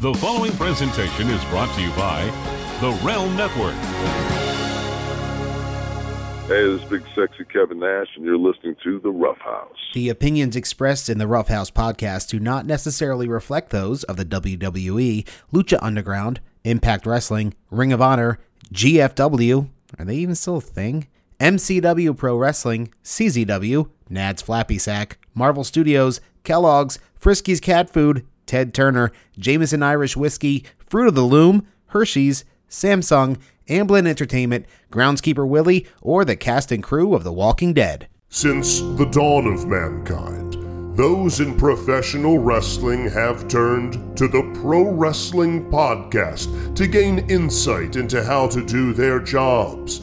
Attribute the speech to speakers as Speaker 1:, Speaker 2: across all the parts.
Speaker 1: The following presentation is brought to you by the Realm Network.
Speaker 2: Hey, this is Big Sexy Kevin Nash, and you're listening to The Rough House.
Speaker 3: The opinions expressed in the Rough House podcast do not necessarily reflect those of the WWE, Lucha Underground, Impact Wrestling, Ring of Honor, GFW, are they even still a thing? MCW Pro Wrestling, CZW, Nad's Flappy Sack, Marvel Studios, Kellogg's, Frisky's Cat Food, Ted Turner, Jameson Irish Whiskey, Fruit of the Loom, Hershey's, Samsung, Amblin Entertainment, Groundskeeper Willie, or the cast and crew of The Walking Dead.
Speaker 4: Since the dawn of mankind, those in professional wrestling have turned to the Pro Wrestling Podcast to gain insight into how to do their jobs,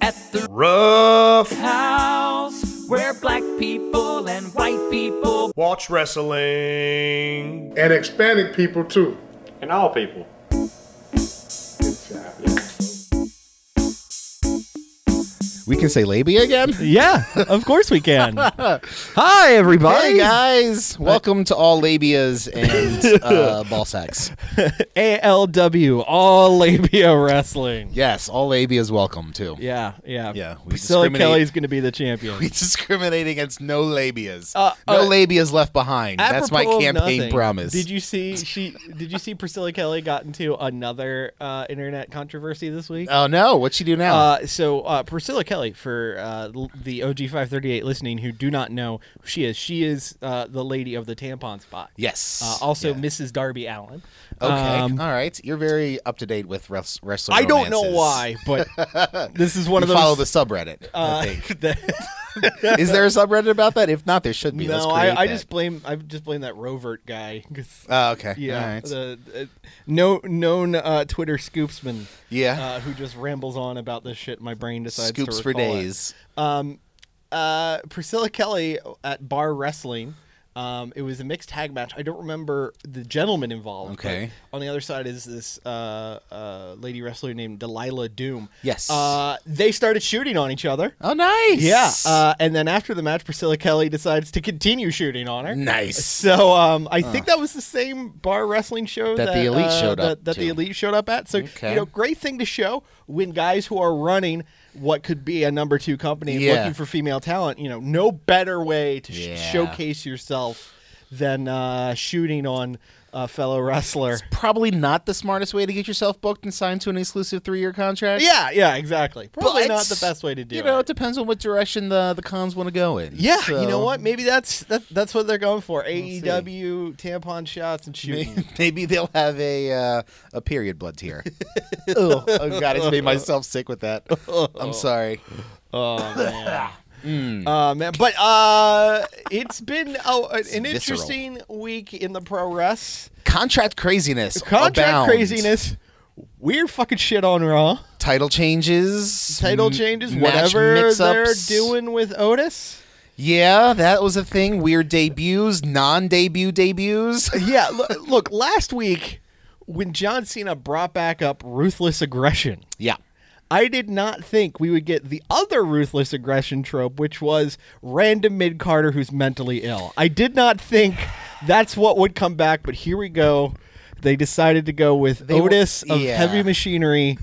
Speaker 5: At the
Speaker 6: Rough
Speaker 5: house where black people and white people
Speaker 6: Watch Wrestling.
Speaker 7: and Hispanic people too.
Speaker 8: And all people.
Speaker 3: We can say labia again?
Speaker 8: Yeah, of course we can. Hi,
Speaker 3: Hey
Speaker 8: everybody.
Speaker 3: guys, welcome to all labias and uh, ball sacks.
Speaker 8: ALW, All Labia Wrestling.
Speaker 9: Yes, all labias welcome too.
Speaker 8: Yeah, yeah.
Speaker 9: Yeah, we
Speaker 8: Priscilla
Speaker 9: discriminate-
Speaker 8: Kelly's going to be the champion.
Speaker 9: We discriminate against no labias.
Speaker 8: Uh,
Speaker 9: no
Speaker 8: uh,
Speaker 9: labias left behind. That's my
Speaker 8: Apropos of
Speaker 9: campaign
Speaker 8: nothing,
Speaker 9: promise.
Speaker 8: Did you see she? Did you see Priscilla Kelly got into another uh, internet controversy this week?
Speaker 9: Oh no, what'd she do now?
Speaker 8: Uh, so uh, Priscilla Kelly, for uh, l- the OG 538 listening who do not know who she is, she is uh, the lady of the tampon spot.
Speaker 9: yes.
Speaker 8: Uh, also, Mrs. Darby Allen.
Speaker 9: okay.
Speaker 8: Um,
Speaker 9: All right. You're very up to date with wrestling.
Speaker 8: I don't know why, but this is one
Speaker 9: You
Speaker 8: of those.
Speaker 9: follow the subreddit.
Speaker 8: uh,
Speaker 9: I think.
Speaker 8: that-
Speaker 9: Is there a subreddit about that? If not, there should be. Let's
Speaker 8: no, I,
Speaker 9: create
Speaker 8: I
Speaker 9: that.
Speaker 8: just blame I just blame that Rovert guy. 'cause,
Speaker 9: Oh, okay. All
Speaker 8: yeah,
Speaker 9: right.
Speaker 8: the, uh, no known uh, Twitter scoopsman.
Speaker 9: yeah.
Speaker 8: Uh, who just rambles on about this shit? My brain decides to
Speaker 9: Scoops for
Speaker 8: recall it.
Speaker 9: days.
Speaker 8: Um, uh, Priscilla Kelly at Bar Wrestling. Um, it was a mixed tag match. I don't remember the gentleman involved. but
Speaker 9: Okay.
Speaker 8: On the other side is this uh, uh, lady wrestler named Delilah Doom.
Speaker 9: Yes.
Speaker 8: Uh, they started shooting on each other.
Speaker 9: Oh, nice.
Speaker 8: Yeah. Uh, and then after the match, Priscilla Kelly decides to continue shooting on her.
Speaker 9: nice.
Speaker 8: So um, I think that was the same bar wrestling show
Speaker 9: That the Elite
Speaker 8: uh,
Speaker 9: showed
Speaker 8: that,
Speaker 9: up
Speaker 8: That the
Speaker 9: to.
Speaker 8: elite showed up at. So
Speaker 9: Okay.
Speaker 8: you know, great thing to show when guys who are running what could be a number two company and
Speaker 9: Yeah.
Speaker 8: looking for female talent. You know, no better way to sh-
Speaker 9: Yeah.
Speaker 8: showcase yourself than uh, shooting on a fellow wrestler.
Speaker 9: Probably not the smartest way to get yourself booked and signed to an exclusive three year contract.
Speaker 8: Yeah, yeah, exactly. Probably
Speaker 9: But,
Speaker 8: not the best way to do
Speaker 9: You know,
Speaker 8: it.
Speaker 9: it depends on what direction the the cons want to go in.
Speaker 8: Yeah, you know
Speaker 9: So,
Speaker 8: what? Maybe that's that, that's what they're going for. AEW tampon shots and shooting.
Speaker 9: may- Maybe they'll have a uh, a period blood tear. oh, oh God, I just made myself sick with that. I'm sorry.
Speaker 8: Oh man. Uh, man, but uh, it's been oh, an
Speaker 9: visceral.
Speaker 8: interesting week in the pro wrest.
Speaker 9: Contract craziness.
Speaker 8: Contract
Speaker 9: abound.
Speaker 8: craziness, weird fucking shit on Raw,
Speaker 9: Title changes.
Speaker 8: title
Speaker 9: m-
Speaker 8: changes,
Speaker 9: match
Speaker 8: whatever they're
Speaker 9: mix-ups.
Speaker 8: doing with Otis.
Speaker 9: Yeah, that was a thing. Weird debuts, non-debut debuts.
Speaker 8: Yeah, look, look, last week when John Cena brought back up ruthless aggression,
Speaker 9: yeah.
Speaker 8: I did not think we would get the other ruthless aggression trope, which was random mid Carter who's mentally ill. I did not think that's what would come back, but here we go. They decided to go with
Speaker 9: were-
Speaker 8: Otis of
Speaker 9: yeah.
Speaker 8: Heavy Machinery.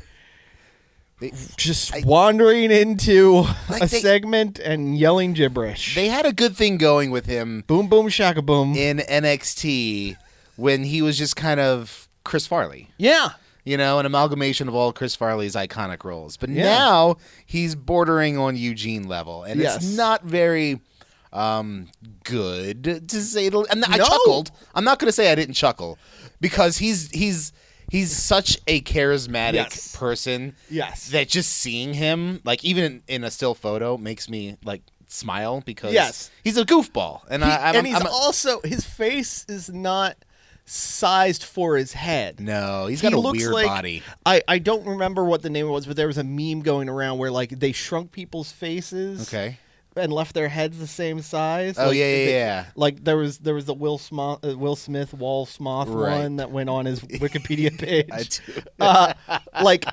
Speaker 9: They-
Speaker 8: just wandering into
Speaker 9: Like
Speaker 8: a
Speaker 9: they-
Speaker 8: segment and yelling gibberish.
Speaker 9: They had a good thing going with him
Speaker 8: boom, boom, shaka, boom.
Speaker 9: in NXT when he was just kind of Chris Farley.
Speaker 8: yeah.
Speaker 9: you know, an amalgamation of all Chris Farley's iconic roles. But
Speaker 8: Yeah.
Speaker 9: now he's bordering on Eugene level, and
Speaker 8: Yes.
Speaker 9: it's not very um, good to say the. And I
Speaker 8: No.
Speaker 9: chuckled. I'm not going to say I didn't chuckle because he's he's he's such a charismatic
Speaker 8: Yes.
Speaker 9: person.
Speaker 8: Yes.
Speaker 9: that just seeing him, like even in, in a still photo, makes me like smile because
Speaker 8: Yes.
Speaker 9: he's a goofball, and I, I'm,
Speaker 8: and he's
Speaker 9: I'm a-
Speaker 8: also his face is not sized for his head.
Speaker 9: No, he's
Speaker 8: He
Speaker 9: got a
Speaker 8: looks
Speaker 9: weird
Speaker 8: like-
Speaker 9: body.
Speaker 8: I, I don't remember what the name was, but there was a meme going around where like they shrunk people's faces.
Speaker 9: Okay.
Speaker 8: And left their heads the same size.
Speaker 9: Oh,
Speaker 8: Like,
Speaker 9: yeah, yeah,
Speaker 8: they-
Speaker 9: yeah.
Speaker 8: Like there was there was the Will Smith uh, Will Smith Wall Smoth
Speaker 9: Right.
Speaker 8: one that went on his Wikipedia page.
Speaker 9: I do.
Speaker 8: uh, like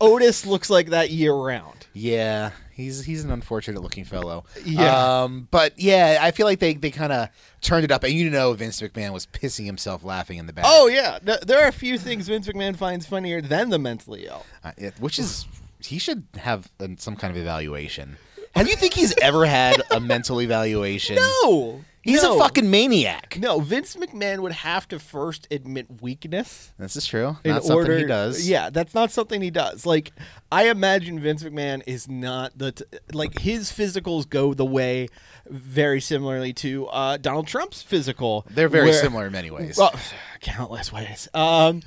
Speaker 8: Otis looks like that year round.
Speaker 9: Yeah, he's he's an unfortunate looking fellow.
Speaker 8: Yeah.
Speaker 9: um, but yeah, I feel like they they kind of turned it up, and you know, Vince McMahon was pissing himself laughing in the back.
Speaker 8: Oh yeah, Th- there are a few things Vince McMahon finds funnier than the mentally ill.
Speaker 9: Uh, it- which is he should have an- some kind of evaluation. Have you think he's ever had a mental evaluation?
Speaker 8: No,
Speaker 9: he's
Speaker 8: no.
Speaker 9: a fucking maniac.
Speaker 8: no. Vince McMahon would have to first admit weakness.
Speaker 9: This is true.
Speaker 8: in
Speaker 9: Not
Speaker 8: order
Speaker 9: something he does.
Speaker 8: Yeah, that's not something he does. Like I imagine Vince McMahon is not the t- like his physicals go the way very similarly to uh, Donald Trump's physical.
Speaker 9: they're very
Speaker 8: where-
Speaker 9: similar in many ways.
Speaker 8: Well, Oh, countless ways. Um,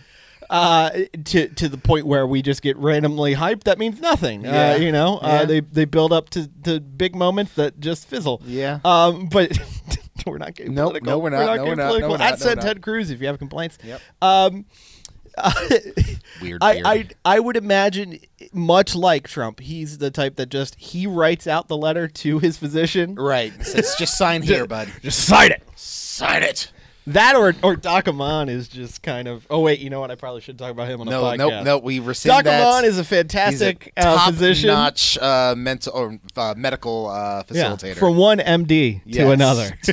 Speaker 8: uh, to to the point where we just get randomly hyped. That means nothing.
Speaker 9: Yeah.
Speaker 8: Uh, you know,
Speaker 9: Yeah.
Speaker 8: uh, they they build up to, to big moments that just fizzle.
Speaker 9: Yeah.
Speaker 8: Um, but we're not getting
Speaker 9: Nope,
Speaker 8: political.
Speaker 9: no, we're not, no,
Speaker 8: getting
Speaker 9: we're not, no,
Speaker 8: political.
Speaker 9: we're not,
Speaker 8: At
Speaker 9: no, we're
Speaker 8: said
Speaker 9: not.
Speaker 8: Ted Cruz, if you have complaints.
Speaker 9: Yep.
Speaker 8: Um,
Speaker 9: Weird.
Speaker 8: I,
Speaker 9: beard.
Speaker 8: I I would imagine, much like Trump, he's the type that just he writes out the letter to his physician.
Speaker 9: right. It says, just sign here, bud.
Speaker 8: Just sign it.
Speaker 9: Sign it.
Speaker 8: That or or Docamon is just kind of. Oh wait, you know what? I probably should talk about him on the
Speaker 9: No,
Speaker 8: podcast.
Speaker 9: no, no. We rescind
Speaker 8: Doc
Speaker 9: that.
Speaker 8: Amon is a fantastic uh, physician.
Speaker 9: notch uh, mental or uh, medical uh,
Speaker 8: Yeah,
Speaker 9: facilitator.
Speaker 8: from one MD
Speaker 9: Yes. Oh,
Speaker 8: to another.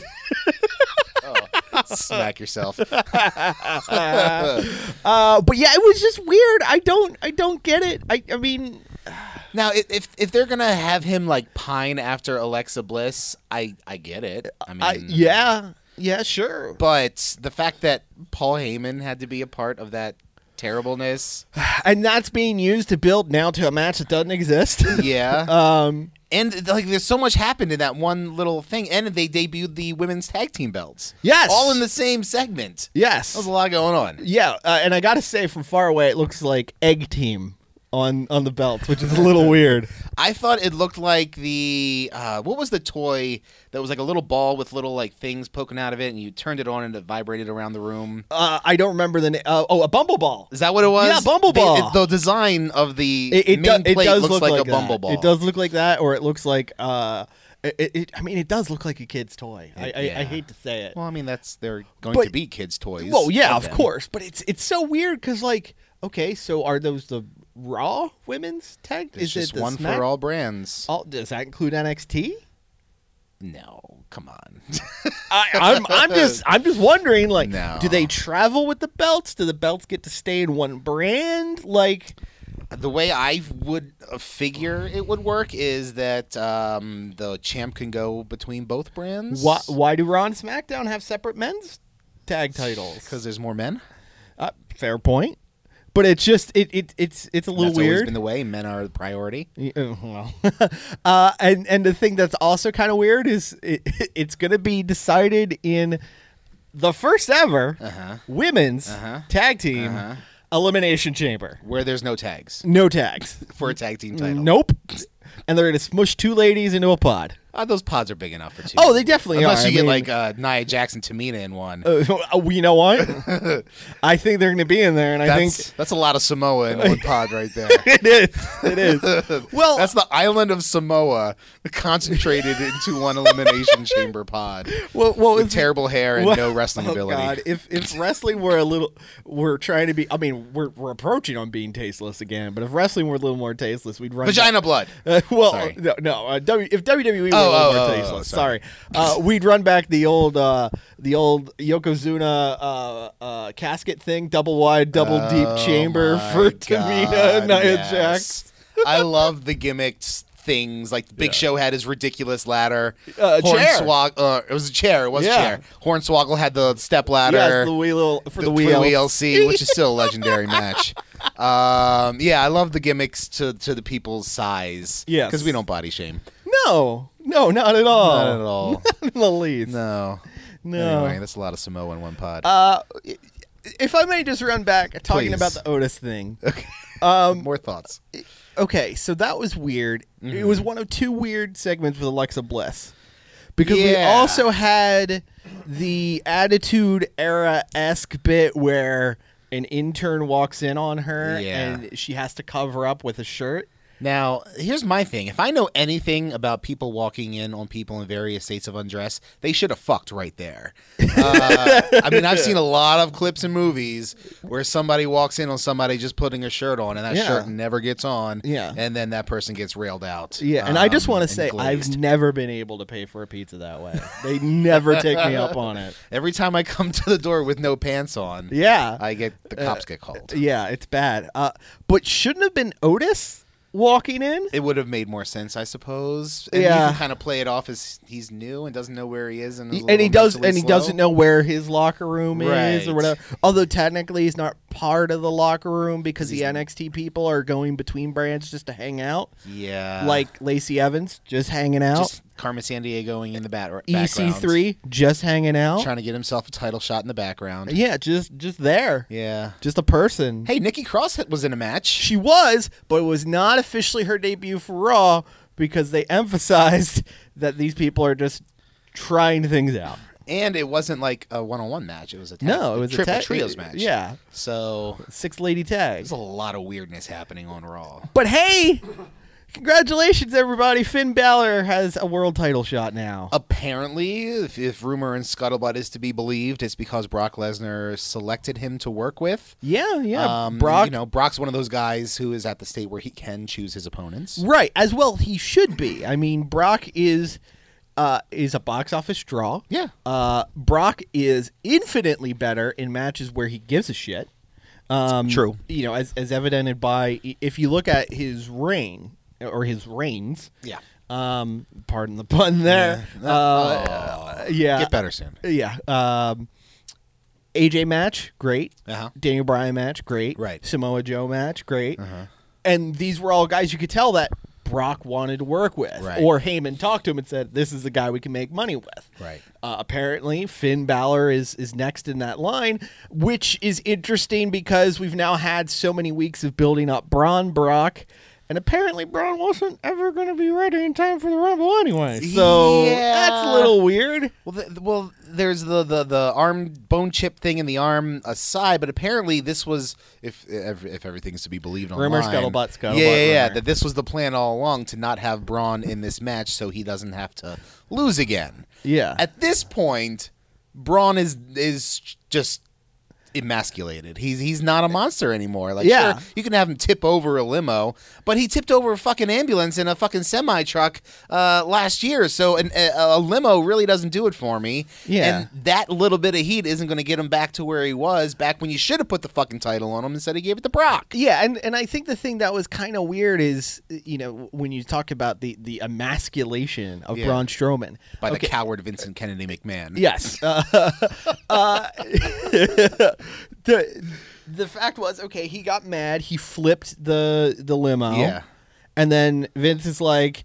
Speaker 9: Smack yourself.
Speaker 8: uh, but yeah, it was just weird. I don't, I don't get it. I, I mean,
Speaker 9: now, i- if if they're gonna have him like pine after Alexa Bliss, I I get it. I mean,
Speaker 8: I, yeah, yeah, sure.
Speaker 9: But the fact that Paul Heyman had to be a part of that terribleness,
Speaker 8: And that's being used to build now to a match that doesn't exist.
Speaker 9: yeah.
Speaker 8: um,
Speaker 9: and like, there's so much happened in that one little thing. And they debuted the women's tag team belts.
Speaker 8: Yes.
Speaker 9: all in the same segment.
Speaker 8: yes,
Speaker 9: That was a lot going on.
Speaker 8: Yeah, uh, and I gotta say, from far away, it looks like Egg Team on on the belt, which is a little weird.
Speaker 9: I thought it looked like the uh, what was the toy that was like a little ball with little like things poking out of it, and you turned it on and it vibrated around the room.
Speaker 8: Uh, I don't remember the name. Uh, oh, a Bumble Ball.
Speaker 9: Is that what it was?
Speaker 8: Yeah, Bumble
Speaker 9: They-
Speaker 8: Ball.
Speaker 9: The design of the
Speaker 8: It, it,
Speaker 9: main
Speaker 8: do- it
Speaker 9: plate
Speaker 8: does
Speaker 9: looks
Speaker 8: look
Speaker 9: like,
Speaker 8: like
Speaker 9: a bumble
Speaker 8: that.
Speaker 9: ball.
Speaker 8: It does look like that, or it looks like. Uh, it, it, it- I mean, it does look like a kid's toy. I, I,
Speaker 9: yeah.
Speaker 8: I hate to say it.
Speaker 9: Well, I mean that's they're going to
Speaker 8: But-
Speaker 9: be kids' toys.
Speaker 8: Well, yeah, of
Speaker 9: them.
Speaker 8: course, but it's it's so weird because like, okay, so are those the Raw women's tag?
Speaker 9: There's
Speaker 8: is
Speaker 9: just
Speaker 8: it the Oh.
Speaker 9: one
Speaker 8: Smack-
Speaker 9: for all brands.
Speaker 8: all- Does that include NXT?
Speaker 9: No, come on.
Speaker 8: I, I'm, I'm just I'm just wondering like
Speaker 9: No.
Speaker 8: do they travel with the belts? Do the belts get to stay in one brand? Like
Speaker 9: the way I would uh, figure it would work is that um, the champ can go between both brands.
Speaker 8: why why do Raw and SmackDown have separate men's tag titles?
Speaker 9: Because there's more men.
Speaker 8: Uh, fair point. But it's just it, it it's it's a little
Speaker 9: That's always
Speaker 8: weird.
Speaker 9: been the way. Men are the priority.
Speaker 8: Y- uh, well. uh, and and the thing that's also kind of weird is it, it's going to be decided in the first ever
Speaker 9: Uh-huh.
Speaker 8: women's tag team elimination chamber.
Speaker 9: where there's no tags
Speaker 8: No tags.
Speaker 9: for a tag team title.
Speaker 8: Nope. And they're gonna smush two ladies into a pod.
Speaker 9: Uh, those pods are big enough for two.
Speaker 8: Oh, they definitely
Speaker 9: Unless
Speaker 8: are. I
Speaker 9: you get
Speaker 8: mean-
Speaker 9: like uh, Nia Jackson, Tamina in one.
Speaker 8: Uh, you know what? I think they're gonna be in there, and I
Speaker 9: that's,
Speaker 8: think
Speaker 9: that's a lot of Samoa in one pod right there.
Speaker 8: it is. It is. Well,
Speaker 9: That's the island of Samoa concentrated into one elimination chamber pod.
Speaker 8: what, what
Speaker 9: with
Speaker 8: was
Speaker 9: terrible hair and
Speaker 8: what-
Speaker 9: no wrestling
Speaker 8: oh,
Speaker 9: ability.
Speaker 8: God. If if wrestling were a little, we're trying to be. I mean, we're we're approaching on being tasteless again. But if wrestling were a little more tasteless, we'd run.
Speaker 9: Vagina blood.
Speaker 8: Uh, well,
Speaker 9: Sorry.
Speaker 8: no, no. Uh, w, if WWE were a
Speaker 9: Oh,
Speaker 8: little
Speaker 9: oh,
Speaker 8: more
Speaker 9: oh,
Speaker 8: tasteless,
Speaker 9: oh, sorry.
Speaker 8: sorry, Uh, we'd run back the old, uh, the old Yokozuna uh, uh, casket thing, double wide, double deep chamber
Speaker 9: Oh My
Speaker 8: for Tamina and Nia
Speaker 9: yes.
Speaker 8: Jax.
Speaker 9: I love the gimmicked things like Big Show had his ridiculous ladder.
Speaker 8: Uh, chair.
Speaker 9: Hornswog- uh, it was a chair. It was
Speaker 8: Yeah.
Speaker 9: a chair. Hornswoggle had the step ladder.
Speaker 8: Yes, the wee little for the,
Speaker 9: for
Speaker 8: wheel.
Speaker 9: WLC, which is still a legendary match. Um, yeah, I love the gimmicks to, to the people's size.
Speaker 8: Yes.
Speaker 9: because we don't body shame.
Speaker 8: No, no, not at all.
Speaker 9: Not at all.
Speaker 8: Not in the least.
Speaker 9: no.
Speaker 8: No. Um,
Speaker 9: Anyway, that's a lot of Samoa in one pod.
Speaker 8: If I may just run back, talking
Speaker 9: Please.
Speaker 8: about the Otis thing.
Speaker 9: More thoughts.
Speaker 8: Okay, so that was weird. It
Speaker 9: Mm-hmm.
Speaker 8: was one of two weird segments with Alexa Bliss. Because we
Speaker 9: Yeah.
Speaker 8: also had the attitude era esque bit where an intern walks in on her
Speaker 9: Yeah.
Speaker 8: and she has to cover up with a shirt.
Speaker 9: Now, here's my thing. If I know anything about people walking in on people in various states of undress, they should have fucked right there. Uh, I mean, I've seen a lot of clips in movies where somebody walks in on somebody just putting a shirt on, and that
Speaker 8: Yeah.
Speaker 9: shirt never gets on.
Speaker 8: Yeah.
Speaker 9: And then that person gets railed out.
Speaker 8: Yeah, and I just
Speaker 9: um,
Speaker 8: want
Speaker 9: and
Speaker 8: to say
Speaker 9: glazed.
Speaker 8: I've never been able to pay for a pizza that way. They never take me up on it.
Speaker 9: every time I come to the door with no pants on,
Speaker 8: Yeah. Uh,
Speaker 9: I get the cops get called.
Speaker 8: yeah, it's bad. Uh, but shouldn't have been Otis walking in?
Speaker 9: It would have made more sense, I suppose. And
Speaker 8: Yeah.
Speaker 9: you can kind of play it off as he's new and doesn't know where he is, and, is a
Speaker 8: and he
Speaker 9: little
Speaker 8: does
Speaker 9: mentally
Speaker 8: and he
Speaker 9: slow.
Speaker 8: doesn't know where his locker room is or
Speaker 9: Right.
Speaker 8: whatever although technically he's not part of the locker room because the nxt people are going between brands just to hang out
Speaker 9: Yeah,
Speaker 8: like lacey evans just hanging out
Speaker 9: Uh, just Carmen San Diegoing in the bat-
Speaker 8: E
Speaker 9: background.
Speaker 8: ec3 just hanging out
Speaker 9: trying to get himself a title shot in the background.
Speaker 8: yeah just just there
Speaker 9: Yeah.
Speaker 8: just a person
Speaker 9: Hey, Nikki Cross was in a match.
Speaker 8: she was but it was not officially her debut for raw because they emphasized that these people are just trying things out
Speaker 9: And it wasn't like a one on one match. It was a tag-
Speaker 8: no it was
Speaker 9: triple
Speaker 8: a tag-
Speaker 9: trios match.
Speaker 8: yeah
Speaker 9: So
Speaker 8: six lady tag
Speaker 9: there's a lot of weirdness happening on Raw.
Speaker 8: But hey, congratulations, everybody. Finn Balor has a world title shot now.
Speaker 9: Oh. Apparently, if, if rumor and scuttlebutt is to be believed, it's because Brock Lesnar selected him to work with.
Speaker 8: yeah, yeah.
Speaker 9: Um,
Speaker 8: Brock.
Speaker 9: You know, Brock's one of those guys who is at the state where he can choose his opponents.
Speaker 8: right, as well he should be. I mean, Brock is uh, is a box office draw.
Speaker 9: Yeah.
Speaker 8: Uh, Brock is infinitely better in matches where he gives a shit. Um,
Speaker 9: True.
Speaker 8: You know, as, as evidenced by if you look at his reign or his reigns.
Speaker 9: Yeah.
Speaker 8: Um, pardon the pun there. Yeah. Uh, yeah.
Speaker 9: Get better soon.
Speaker 8: Yeah. Um, AJ match, great.
Speaker 9: Uh-huh.
Speaker 8: Daniel Bryan match, great.
Speaker 9: Right. Uh-huh.
Speaker 8: Samoa Joe match, great. And these were all guys you could tell that Brock wanted to work with.
Speaker 9: Right.
Speaker 8: Or Heyman talked to him and said, this is the guy we can make money with.
Speaker 9: Right.
Speaker 8: Uh, apparently, Finn Balor is, is next in that line, which is interesting because we've now had so many weeks of building up Braun Brock. And apparently, Braun wasn't ever going to be ready in time for the Rumble anyway. So that's a
Speaker 9: Yeah.
Speaker 8: little weird.
Speaker 9: Well, th well, there's the, the the arm bone chip thing in the arm aside, but apparently this was if if, if everything's to be believed online.
Speaker 8: Rumor, scuttlebutt, scuttlebutt,
Speaker 9: Yeah, yeah, yeah,
Speaker 8: rumor.
Speaker 9: that this was the plan all along to not have Braun in this match, so he doesn't have to lose again.
Speaker 8: Yeah.
Speaker 9: At this point, Braun is is just emasculated. He's he's not a monster anymore. Like
Speaker 8: Yeah.
Speaker 9: sure, you can have him tip over a limo, but he tipped over a fucking ambulance and a fucking semi truck uh, last year. So an, a, a limo really doesn't do it for me.
Speaker 8: Yeah.
Speaker 9: and that little bit of heat isn't going to get him back to where he was back when you should have put the fucking title on him instead of gave it to Brock.
Speaker 8: Yeah, and, and I think the thing that was kind of weird is, you know, when you talk about the, the emasculation of
Speaker 9: Yeah.
Speaker 8: Braun Strowman.
Speaker 9: By the
Speaker 8: Okay,
Speaker 9: coward Vincent Kennedy McMahon.
Speaker 8: Yes. Uh, uh, the, the fact was, okay, he got mad. He flipped the, the limo.
Speaker 9: Yeah.
Speaker 8: And then Vince is like,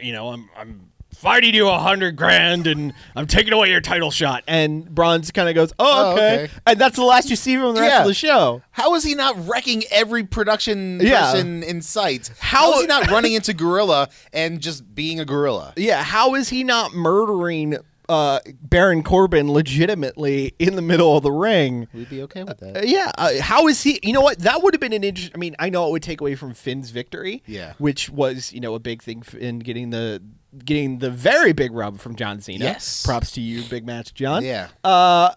Speaker 8: you know, I'm, I'm fighting you a hundred grand and I'm taking away your title shot. And Braun's kind of goes, oh,
Speaker 9: Oh,
Speaker 8: okay.
Speaker 9: okay.
Speaker 8: And that's the last you see of him the rest
Speaker 9: Yeah.
Speaker 8: of the show.
Speaker 9: How is he not wrecking every production
Speaker 8: Yeah.
Speaker 9: person in sight?
Speaker 8: How-
Speaker 9: How is he not running into Gorilla and just being a gorilla?
Speaker 8: Yeah, how is he not murdering uh, Baron Corbin legitimately in the middle of the ring?
Speaker 9: We'd be okay with
Speaker 8: Uh,
Speaker 9: that.
Speaker 8: yeah, uh, how is he? You know what? That would have been an interesting. I mean, I know it would take away from Finn's victory.
Speaker 9: Yeah.
Speaker 8: which was you know a big thing in getting the getting the very big rub from John Cena.
Speaker 9: Yes.
Speaker 8: props to you, big match, John. Uh,
Speaker 9: Yeah.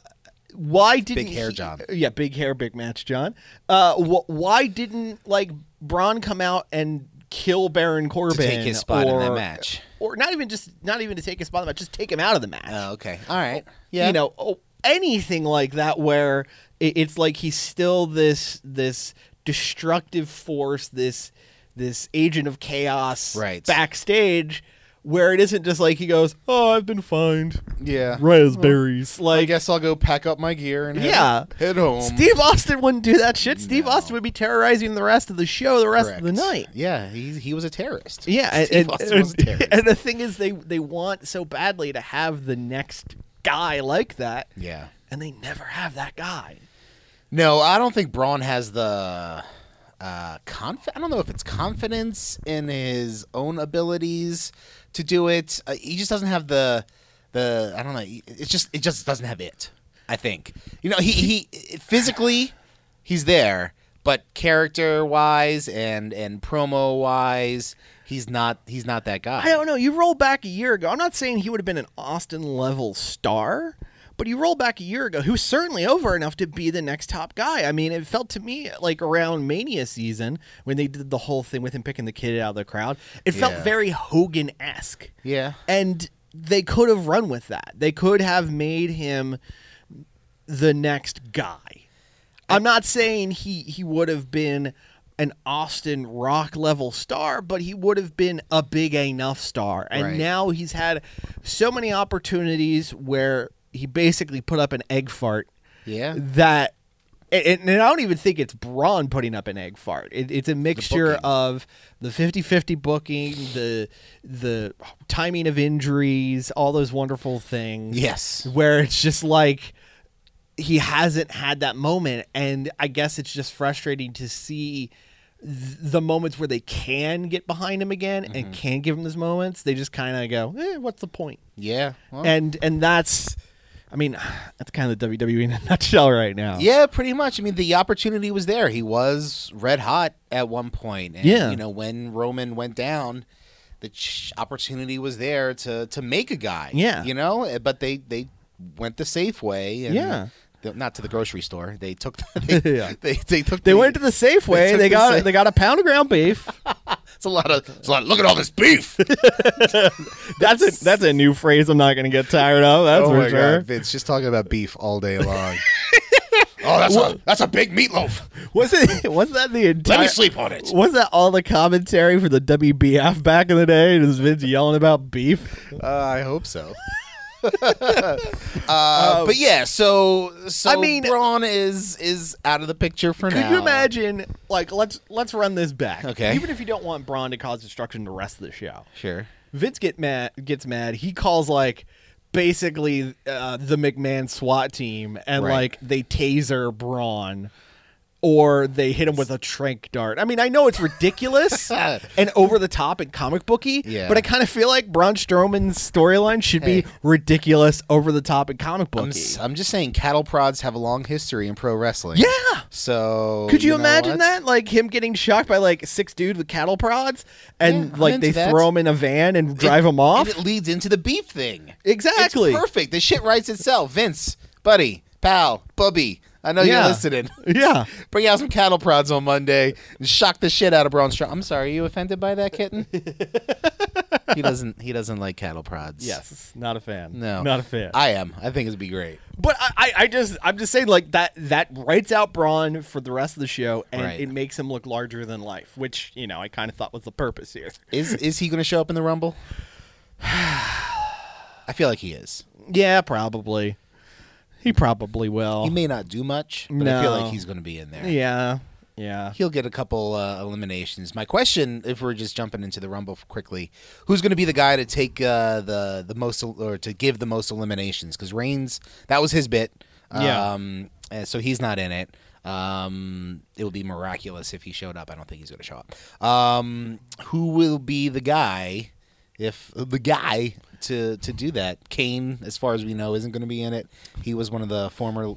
Speaker 8: why didn't
Speaker 9: Big hair
Speaker 8: he-
Speaker 9: John.
Speaker 8: Yeah, big hair, big match, John. Uh, wh- why didn't like Braun come out and kill Baron Corbin
Speaker 9: take his spot in
Speaker 8: or,
Speaker 9: that match.
Speaker 8: or not even just not even to take his spot in the match, just take him out of the match.
Speaker 9: Oh, okay. All right.
Speaker 8: you know, oh, anything like that where it, it's like he's still this this destructive force, this this agent of chaos
Speaker 9: Right.
Speaker 8: backstage. Where it isn't just like he goes, oh, I've been fined,
Speaker 9: Yeah.
Speaker 8: raspberries.
Speaker 9: I
Speaker 8: Like,
Speaker 9: guess I'll go pack up my gear and head,
Speaker 8: yeah.
Speaker 9: head home.
Speaker 8: Steve Austin wouldn't do that shit. Steve Austin would be terrorizing the rest of the show the rest
Speaker 9: Correct.
Speaker 8: of the night.
Speaker 9: Yeah, he, he was a terrorist.
Speaker 8: Yeah, and,
Speaker 9: Steve
Speaker 8: and-
Speaker 9: Austin was a terrorist.
Speaker 8: and the thing is, they they want so badly to have the next guy like that,
Speaker 9: yeah.
Speaker 8: and they never have that guy.
Speaker 9: No, I don't think Braun has the uh, conf. I don't know if it's confidence in his own abilities to do it. Uh, he just doesn't have the the I don't know. It's just it just doesn't have it. I think you know he he physically he's there, but character wise and and promo wise, he's not he's not that guy.
Speaker 8: I don't know. You roll back a year ago. I'm not saying he would have been an Austin level star, but you roll back a year ago, he was certainly over enough to be the next top guy. I mean, it felt to me like around Mania season when they did the whole thing with him picking the kid out of the crowd. It
Speaker 9: Yeah.
Speaker 8: felt very Hogan esque.
Speaker 9: Yeah.
Speaker 8: And they could have run with that. They could have made him the next guy. I'm not saying he he would have been an Austin Rock level star, but he would have been a big enough star. And
Speaker 9: Right.
Speaker 8: now he's had so many opportunities where he basically put up an egg fart
Speaker 9: Yeah.
Speaker 8: that and, and I don't even think it's Braun putting up an egg fart. It, it's a mixture
Speaker 9: booking.
Speaker 8: of the 50-50 booking, the the timing of injuries, all those wonderful things.
Speaker 9: Yes.
Speaker 8: where it's just like he hasn't had that moment, and I guess it's just frustrating to see th- the moments where they can get behind him again
Speaker 9: Mm-hmm.
Speaker 8: and can give him those moments. They just kind of go, eh, "What's the point?"
Speaker 9: Yeah. Well,
Speaker 8: and and that's I mean that's kind of the WWE E in a nutshell right now.
Speaker 9: Yeah, pretty much. I mean, the opportunity was there. He was red hot at one point. And,
Speaker 8: Yeah.
Speaker 9: You know, when Roman went down, the ch- opportunity was there to to make a guy.
Speaker 8: Yeah.
Speaker 9: You know, Eh, but they they went the safe way. And
Speaker 8: Yeah.
Speaker 9: th- Not to the grocery store. They took. The, they,
Speaker 8: Yeah.
Speaker 9: they, they took.
Speaker 8: They went to the Safeway. They,
Speaker 9: took the
Speaker 8: got
Speaker 9: safe-
Speaker 8: they got a pound of ground beef.
Speaker 9: It's a lot of. It's a lot. Look at all this beef.
Speaker 8: That's a that's a new phrase. I'm not going to get tired of.
Speaker 9: Oh
Speaker 8: That's for sure.
Speaker 9: Vince just talking about beef all day long. oh, that's a that's a big meatloaf.
Speaker 8: Was it was that the entire?
Speaker 9: Let me sleep on it.
Speaker 8: Was that all the commentary for the WBF back in the day? It was Vince yelling about beef.
Speaker 9: Uh, I hope so. uh, but yeah, so so
Speaker 8: I mean-
Speaker 9: Braun is is out of the picture for now.
Speaker 8: Could you imagine? Like, let's let's run this back.
Speaker 9: Uh, Okay.
Speaker 8: Even if you don't want Braun to cause destruction the rest of the show,
Speaker 9: Sure.
Speaker 8: Vince get mad gets mad. He calls like basically uh, the McMahon SWAT team and
Speaker 9: Right.
Speaker 8: like they taser Braun or they hit him with a trank dart. I mean, I know it's ridiculous and over the top and comic booky,
Speaker 9: Yeah.
Speaker 8: but I kind of feel like Braun Strowman's storyline should
Speaker 9: Hey.
Speaker 8: be ridiculous, over the top, and comic
Speaker 9: I'm,
Speaker 8: booky.
Speaker 9: s- I'm just saying, cattle prods have a long history in pro wrestling.
Speaker 8: yeah.
Speaker 9: So
Speaker 8: Could you,
Speaker 9: know
Speaker 8: imagine
Speaker 9: what?
Speaker 8: that? Like him getting shocked by like six dudes with cattle prods and
Speaker 9: Yeah, I'm
Speaker 8: like
Speaker 9: into
Speaker 8: they
Speaker 9: that.
Speaker 8: throw him in a van and drive him off?
Speaker 9: And it leads into the beef thing.
Speaker 8: Exactly.
Speaker 9: It's perfect. The shit writes itself. Vince, buddy, pal, bubby. I know
Speaker 8: Yeah.
Speaker 9: you're listening.
Speaker 8: yeah.
Speaker 9: Bring out some cattle prods on Monday and shock the shit out of Braun Strowman. I'm sorry, are you offended by that kitten? he doesn't. He doesn't like cattle prods.
Speaker 8: Yes, not a fan.
Speaker 9: No,
Speaker 8: not a fan.
Speaker 9: I am. I think it'd be great.
Speaker 8: but I, I, I just, I'm just saying, like that, that writes out Braun for the rest of the show, and
Speaker 9: Right.
Speaker 8: it makes him look larger than life, which you know I kind of thought was the purpose here.
Speaker 9: Is is he going to show up in the Rumble? I feel like he is.
Speaker 8: Yeah, probably. He probably will.
Speaker 9: He may not do much, but I feel
Speaker 8: Oh. No.
Speaker 9: like he's going to be in there.
Speaker 8: yeah, yeah.
Speaker 9: He'll get a couple uh, eliminations. My question, if we're just jumping into the Rumble quickly, who's going to be the guy to take uh, the the most el- or to give the most eliminations? Because Reigns, that was his bit.
Speaker 8: Yeah.
Speaker 9: Um, and so he's not in it. Um, it would be miraculous if he showed up. I don't think he's going to show up. Um, who will be the guy? If uh, the guy to to do that, Kane, as far as we know, isn't going to be in it. He was one of the former r-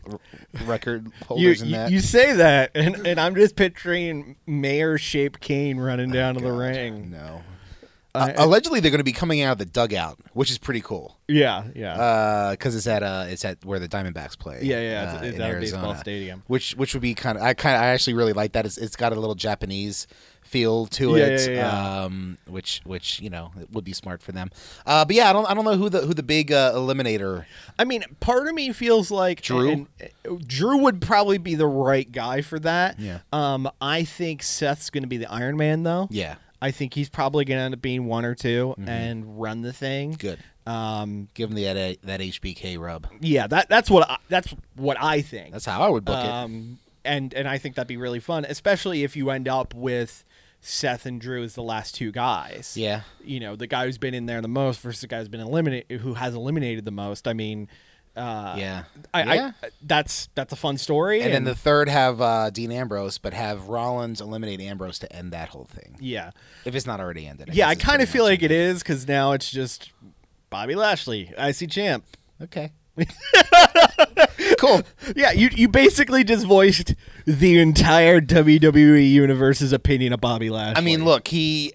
Speaker 9: record
Speaker 8: You,
Speaker 9: holders in
Speaker 8: you,
Speaker 9: that.
Speaker 8: you say that, and, and I'm just picturing Mayor Shape Kane running down to the ring.
Speaker 9: No. Uh, allegedly, they're going to be coming out of the dugout, which is pretty cool
Speaker 8: Yeah, yeah.
Speaker 9: because it's at uh, it's at where the Diamondbacks play.
Speaker 8: Yeah, yeah, it's-
Speaker 9: uh,
Speaker 8: it's
Speaker 9: in
Speaker 8: at a
Speaker 9: Arizona,
Speaker 8: baseball stadium.
Speaker 9: which which would be kind of I kind of I actually really like that. It's, it's got a little Japanese feel to
Speaker 8: Yeah,
Speaker 9: it,
Speaker 8: yeah, yeah.
Speaker 9: Um, which which you know it would be smart for them. Uh, but yeah, I don't I don't know who the who the big uh, eliminator.
Speaker 8: I mean, part of me feels like
Speaker 9: Drew?
Speaker 8: and- and Drew would probably be the right guy for that.
Speaker 9: Yeah.
Speaker 8: Um, I think Seth's going to be the Iron Man though.
Speaker 9: Yeah, Mm-hmm.
Speaker 8: I think he's probably going to end up being one or 2 and run the thing.
Speaker 9: good.
Speaker 8: Um,
Speaker 9: Give him the that that HBK rub.
Speaker 8: yeah, that that's what I, that's what I think.
Speaker 9: That's how I would book it.
Speaker 8: um, and and I think that'd be really fun, especially if you end up with Seth and Drew as the last two guys.
Speaker 9: Yeah.
Speaker 8: you know, the guy who's been in there the most versus the guy who's been eliminated, who has eliminated the most. I mean, uh,
Speaker 9: Yeah.
Speaker 8: I,
Speaker 9: Yeah.
Speaker 8: I that's that's a fun story.
Speaker 9: And then the third have uh, Dean Ambrose, but have Rollins eliminate Ambrose to end that whole thing.
Speaker 8: yeah,
Speaker 9: If it's not already ended.
Speaker 8: yeah, I
Speaker 9: guess it's
Speaker 8: kind of
Speaker 9: pretty
Speaker 8: feel
Speaker 9: much
Speaker 8: like it
Speaker 9: ended.
Speaker 8: is because now it's just Bobby Lashley, IC champ.
Speaker 9: Okay.
Speaker 8: Cool. yeah, you you basically just voiced the entire WWE universe's opinion of Bobby Lashley.
Speaker 9: I mean, look, he.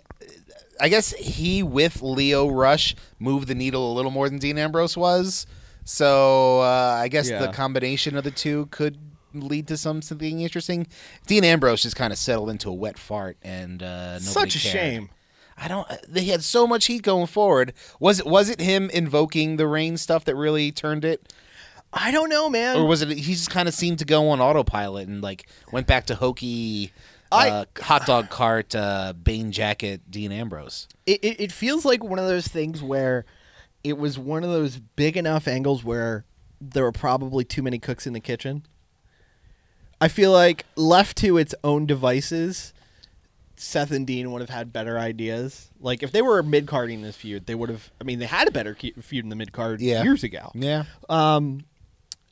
Speaker 9: I guess he with Leo Rush moved the needle a little more than Dean Ambrose was. So uh, I guess the
Speaker 8: Yeah.
Speaker 9: combination of the two could lead to some something interesting. Dean Ambrose just kind of settled into a wet fart, and uh, nobody
Speaker 8: such a
Speaker 9: cared.
Speaker 8: shame.
Speaker 9: I don't. uh, They had so much heat going forward. Was it was it him invoking the rain stuff that really turned it,
Speaker 8: I don't know, man.
Speaker 9: or was it he just kind of seemed to go on autopilot and like went back to hokey uh, hot dog cart, uh, Bane jacket, Dean Ambrose?
Speaker 8: it, it, it feels like one of those things where it was one of those big enough angles where there were probably too many cooks in the kitchen. I feel like left to its own devices, Seth and Dean would have had better ideas. Like if they were mid carding this feud, they would have. I mean, they had a better ke- feud in the mid card
Speaker 9: Yeah.
Speaker 8: years ago.
Speaker 9: Yeah,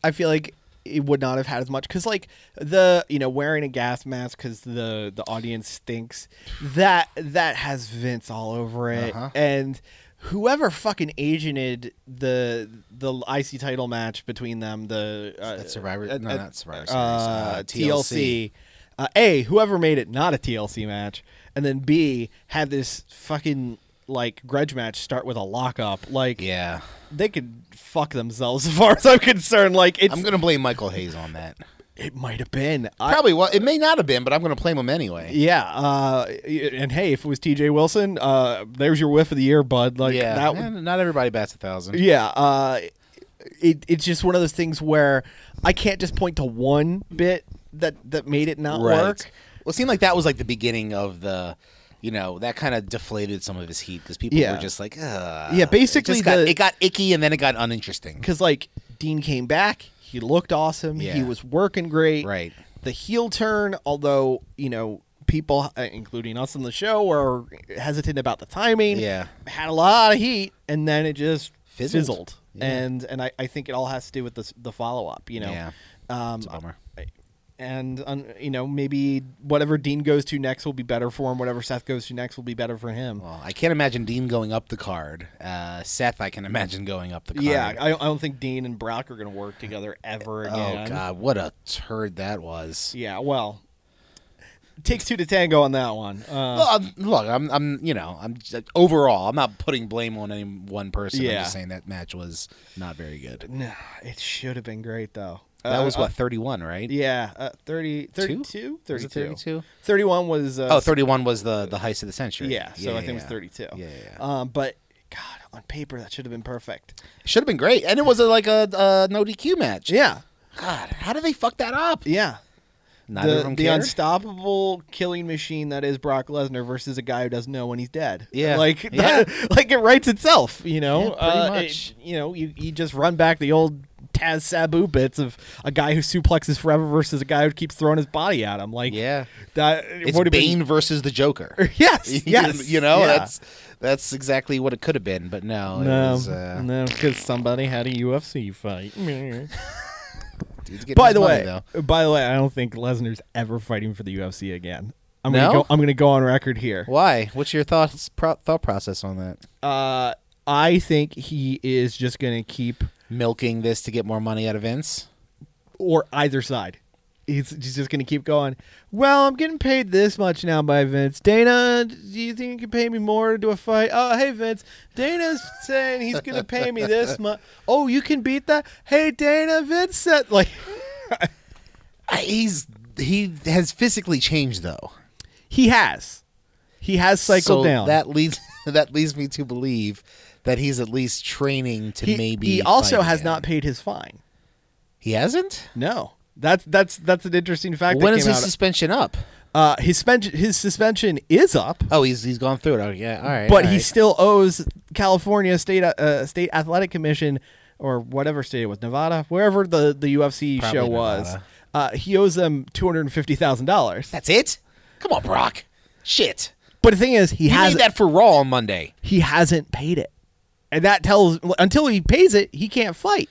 Speaker 8: I feel like it would not have had as much because like the you know wearing a gas mask because the the audience stinks that that has Vince all over it
Speaker 9: Uh-huh.
Speaker 8: and whoever fucking agented the the IC title match between them the uh,
Speaker 9: That Survivor- no, not Survivor Series,
Speaker 8: uh,
Speaker 9: uh,
Speaker 8: TLC. Uh, a whoever made it not a TLC match and then B had this fucking like grudge match start with a lockup like
Speaker 9: yeah.
Speaker 8: they could fuck themselves as far as I'm concerned like it's
Speaker 9: I'm gonna blame Michael Hayes on that.
Speaker 8: it might have been. I,
Speaker 9: Probably. Well, it may not have been, but I'm gonna blame him anyway.
Speaker 8: yeah. Uh, and hey, if it was T.J. Wilson, uh, there's your whiff of the year, bud. Like
Speaker 9: yeah,
Speaker 8: that.
Speaker 9: Eh,
Speaker 8: Would,
Speaker 9: not everybody bats a thousand.
Speaker 8: yeah. Uh, it, it's just one of those things where I can't just point to one bit that that made it not work.
Speaker 9: Well, it seemed like that was like the beginning of the, you know, that kind of deflated some of his heat because people
Speaker 8: Yeah.
Speaker 9: were just like, Ugh.
Speaker 8: Yeah, basically
Speaker 9: it, just got,
Speaker 8: the-
Speaker 9: it got icky and then it got uninteresting.
Speaker 8: Because like Dean came back, he looked awesome. He
Speaker 9: Yeah.
Speaker 8: was working great.
Speaker 9: Right.
Speaker 8: The heel turn, although you know people, uh, including us on the show, were hesitant about the timing.
Speaker 9: Yeah.
Speaker 8: had a lot of heat, and then it just
Speaker 9: Fizzled.
Speaker 8: fizzled. And and I, I think it all has to do with this, the follow up. You know.
Speaker 9: Yeah.
Speaker 8: Um,
Speaker 9: It's a bummer.
Speaker 8: and um, you know maybe whatever Dean goes to next will be better for him. Whatever Seth goes to next will be better for him.
Speaker 9: Well, I can't imagine Dean going up the card. Uh, Seth, I can imagine going up the card.
Speaker 8: yeah, I, I don't think Dean and Brock are going to work together ever again.
Speaker 9: oh God, what a turd that was.
Speaker 8: Yeah, well, takes two to tango on that one. Uh,
Speaker 9: Well, I'm, look, I'm, I'm, you know, I'm just, overall, I'm not putting blame on any one person. I'm
Speaker 8: Yeah.
Speaker 9: just saying that match was not very good.
Speaker 8: no, it should have been great though.
Speaker 9: That
Speaker 8: Uh,
Speaker 9: was
Speaker 8: uh,
Speaker 9: what 31, right?
Speaker 8: yeah, uh, 30, 32?
Speaker 9: Was it 32?
Speaker 8: 31 was uh,
Speaker 9: Oh, 31 was the the heist of the century.
Speaker 8: Yeah, so I think it was 32.
Speaker 9: Yeah, yeah, yeah.
Speaker 8: Um, but God, on paper that should have been perfect.
Speaker 9: Should have been great, and it was a, like a, a no DQ match.
Speaker 8: Yeah,
Speaker 9: God, how did they fuck that up?
Speaker 8: yeah.
Speaker 9: Neither
Speaker 8: The,
Speaker 9: of them
Speaker 8: the
Speaker 9: cared.
Speaker 8: unstoppable killing machine that is Brock Lesnar versus a guy who doesn't know when he's dead.
Speaker 9: Yeah.
Speaker 8: like
Speaker 9: Yeah.
Speaker 8: like it writes itself. You know,
Speaker 9: Yeah, pretty
Speaker 8: Uh, it-
Speaker 9: much.
Speaker 8: you know, you, you just run back the old Taz Sabu bits of a guy who suplexes forever versus a guy who keeps throwing his body at him. Like
Speaker 9: Yeah.
Speaker 8: that it
Speaker 9: it's
Speaker 8: would have
Speaker 9: Bane
Speaker 8: been
Speaker 9: versus the Joker.
Speaker 8: yes, yes.
Speaker 9: you know
Speaker 8: yeah.
Speaker 9: that's that's exactly what it could have been, but no, it
Speaker 8: no,
Speaker 9: was. Uh,
Speaker 8: no, because somebody had a UFC fight.
Speaker 9: he's getting
Speaker 8: by
Speaker 9: his
Speaker 8: the
Speaker 9: money,
Speaker 8: way,
Speaker 9: though.
Speaker 8: by the way, I don't think Lesnar's ever fighting for the UFC again. I'm
Speaker 9: No?
Speaker 8: gonna go, I'm gonna go on record here.
Speaker 9: why? What's your thoughts pro- thought process on that?
Speaker 8: Uh, I think he is just gonna keep
Speaker 9: Milking this to get more money out of Vince.
Speaker 8: or either side. He's, he's just going to keep going. Well, I'm getting paid this much now by Vince. Dana, do you think you can pay me more to do a fight? Oh, hey Vince, Dana's saying he's going to pay me this much. Oh, you can beat that. Hey Dana, Vince said like
Speaker 9: I, he's he has physically changed though.
Speaker 8: he has, he has cycled
Speaker 9: so
Speaker 8: down.
Speaker 9: That leads that leads me to believe that he's at least training to
Speaker 8: he,
Speaker 9: maybe.
Speaker 8: he also
Speaker 9: fight
Speaker 8: has
Speaker 9: again.
Speaker 8: not paid his fine.
Speaker 9: He hasn't.
Speaker 8: No, that's that's that's an interesting fact.
Speaker 9: when
Speaker 8: that
Speaker 9: is
Speaker 8: came out.
Speaker 9: his suspension up?
Speaker 8: Uh, his suspension his suspension is up.
Speaker 9: Oh, he's he's gone through it. Oh yeah, all right.
Speaker 8: but
Speaker 9: all
Speaker 8: he
Speaker 9: right.
Speaker 8: still owes California State uh, State Athletic Commission or whatever state it was, Nevada, wherever the the UFC
Speaker 9: Probably
Speaker 8: show was.
Speaker 9: Nevada.
Speaker 8: Uh, he owes them two hundred and fifty thousand dollars.
Speaker 9: that's it. Come on, Brock. Shit.
Speaker 8: But the thing is, he
Speaker 9: You need
Speaker 8: hasn't
Speaker 9: that for Raw on Monday.
Speaker 8: he hasn't paid it, and that tells until he pays it, he can't fight.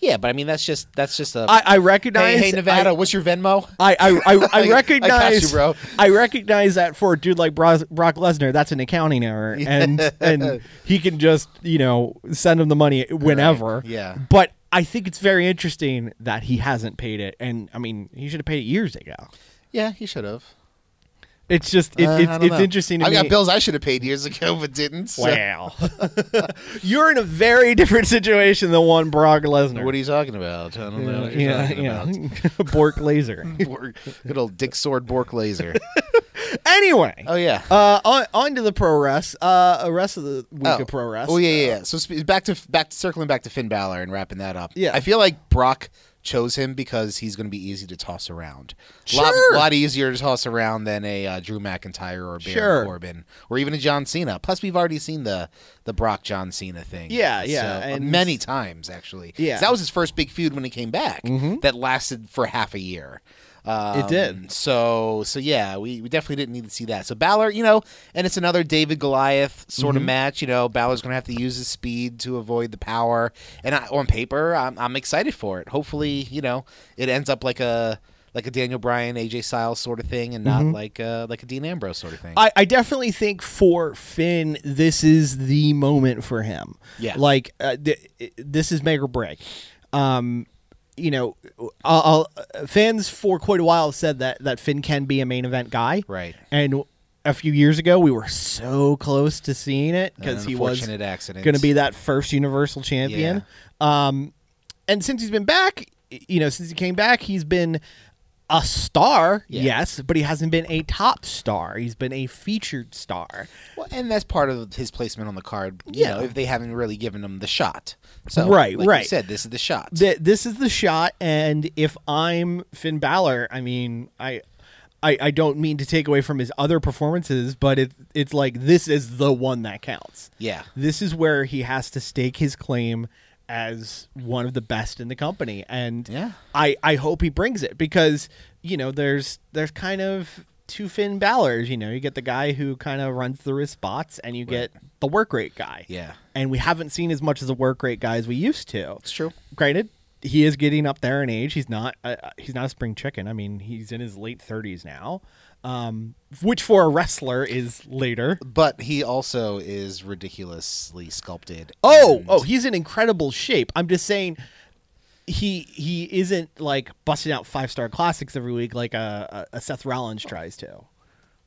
Speaker 9: Yeah, but I mean that's just that's just a
Speaker 8: I, I
Speaker 9: hey,
Speaker 8: recognize.
Speaker 9: hey Nevada,
Speaker 8: I-
Speaker 9: what's your Venmo?
Speaker 8: I I, I,
Speaker 9: I
Speaker 8: I
Speaker 9: got
Speaker 8: recognize,
Speaker 9: you, bro.
Speaker 8: I recognize that for a dude like Brock, Brock Lesnar, that's an accounting error, and and he can just you know send him the money whenever.
Speaker 9: yeah.
Speaker 8: but I think it's very interesting that he hasn't paid it, and I mean he should have paid it years ago.
Speaker 9: yeah, he should have.
Speaker 8: It's just it,
Speaker 9: Uh, I
Speaker 8: it's,
Speaker 9: don't
Speaker 8: it's
Speaker 9: know.
Speaker 8: interesting. To
Speaker 9: I've
Speaker 8: me.
Speaker 9: got bills I should have paid years ago but didn't. So.
Speaker 8: Wow, you're in a very different situation than one Brock Lesnar.
Speaker 9: What are you talking about? I don't know. What you're
Speaker 8: yeah,
Speaker 9: talking
Speaker 8: yeah.
Speaker 9: about.
Speaker 8: Bork laser.
Speaker 9: Bork, good old Dick Sword Bork Laser.
Speaker 8: anyway,
Speaker 9: Oh yeah.
Speaker 8: uh, on, on to the pro rest. Uh, rest of the week
Speaker 9: Oh.
Speaker 8: of pro rest.
Speaker 9: Oh yeah, yeah. yeah. So sp- back to back to circling back to Finn Balor and wrapping that up.
Speaker 8: Yeah.
Speaker 9: I feel like Brock chose him because he's going to be easy to toss around. Lot,
Speaker 8: Sure.
Speaker 9: lot easier to toss around than a uh, Drew McIntyre or Baron
Speaker 8: Sure.
Speaker 9: Corbin or even a John Cena. Plus, we've already seen the the Brock John Cena thing.
Speaker 8: Yeah, yeah,
Speaker 9: So, uh,
Speaker 8: and-
Speaker 9: many times actually.
Speaker 8: Yeah. Mm-hmm.
Speaker 9: 'Cause that was his first big feud when he came back. That lasted for half a year. Um,
Speaker 8: did.
Speaker 9: So so yeah, we, we definitely didn't need to see that. So Balor, you know, and it's another David Goliath sort
Speaker 8: Mm-hmm.
Speaker 9: of match. You know, Balor's going to have to use his speed to avoid the power. And I, on paper, I'm, I'm excited for it. Hopefully, you know, it ends up like a like a Daniel Bryan, AJ Styles sort of thing, and not like a, like a Dean Ambrose sort of thing.
Speaker 8: Mm-hmm. I, I definitely think for Finn, this is the moment for him.
Speaker 9: Yeah.
Speaker 8: Like, uh, th- this is make or break. Um, you know, I'll, I'll, fans for quite a while have said that, that Finn can be a main event guy.
Speaker 9: Right.
Speaker 8: And a few years ago, we were so close to seeing it because
Speaker 9: An
Speaker 8: he was
Speaker 9: unfortunate accident.
Speaker 8: going to be that first Universal Champion. Um, and since he's been back, y- you know, since he came back, he's been a star, yes, but he hasn't been a top star. He's been a featured star.
Speaker 9: Well, and that's part of his placement on the card. You
Speaker 8: Yeah.
Speaker 9: know, if they haven't really given him the shot. So
Speaker 8: Right,
Speaker 9: like
Speaker 8: right.
Speaker 9: You said this is the shot.
Speaker 8: Th- this is the shot, and if I'm Finn Balor, I mean, I. I, I don't mean to take away from his other performances, but it, it's like this is the one that counts.
Speaker 9: yeah.
Speaker 8: this is where he has to stake his claim as one of the best in the company and
Speaker 9: Yeah.
Speaker 8: I, I hope he brings it because you know there's there's kind of two Finn Balor's you know you get the guy who kind of runs through his spots and you get the work rate guy
Speaker 9: Yeah.
Speaker 8: and we haven't seen as much as the work rate guy as we used to
Speaker 9: It's true.
Speaker 8: granted he is getting up there in age he's not uh, uh, he's not a spring chicken I mean he's in his late 30s now um, which for a wrestler is later
Speaker 9: But he also is ridiculously sculpted.
Speaker 8: Oh,
Speaker 9: and-
Speaker 8: oh, he's in incredible shape. I'm just saying he he isn't like busting out five star classics every week like uh, a, a Seth Rollins tries to.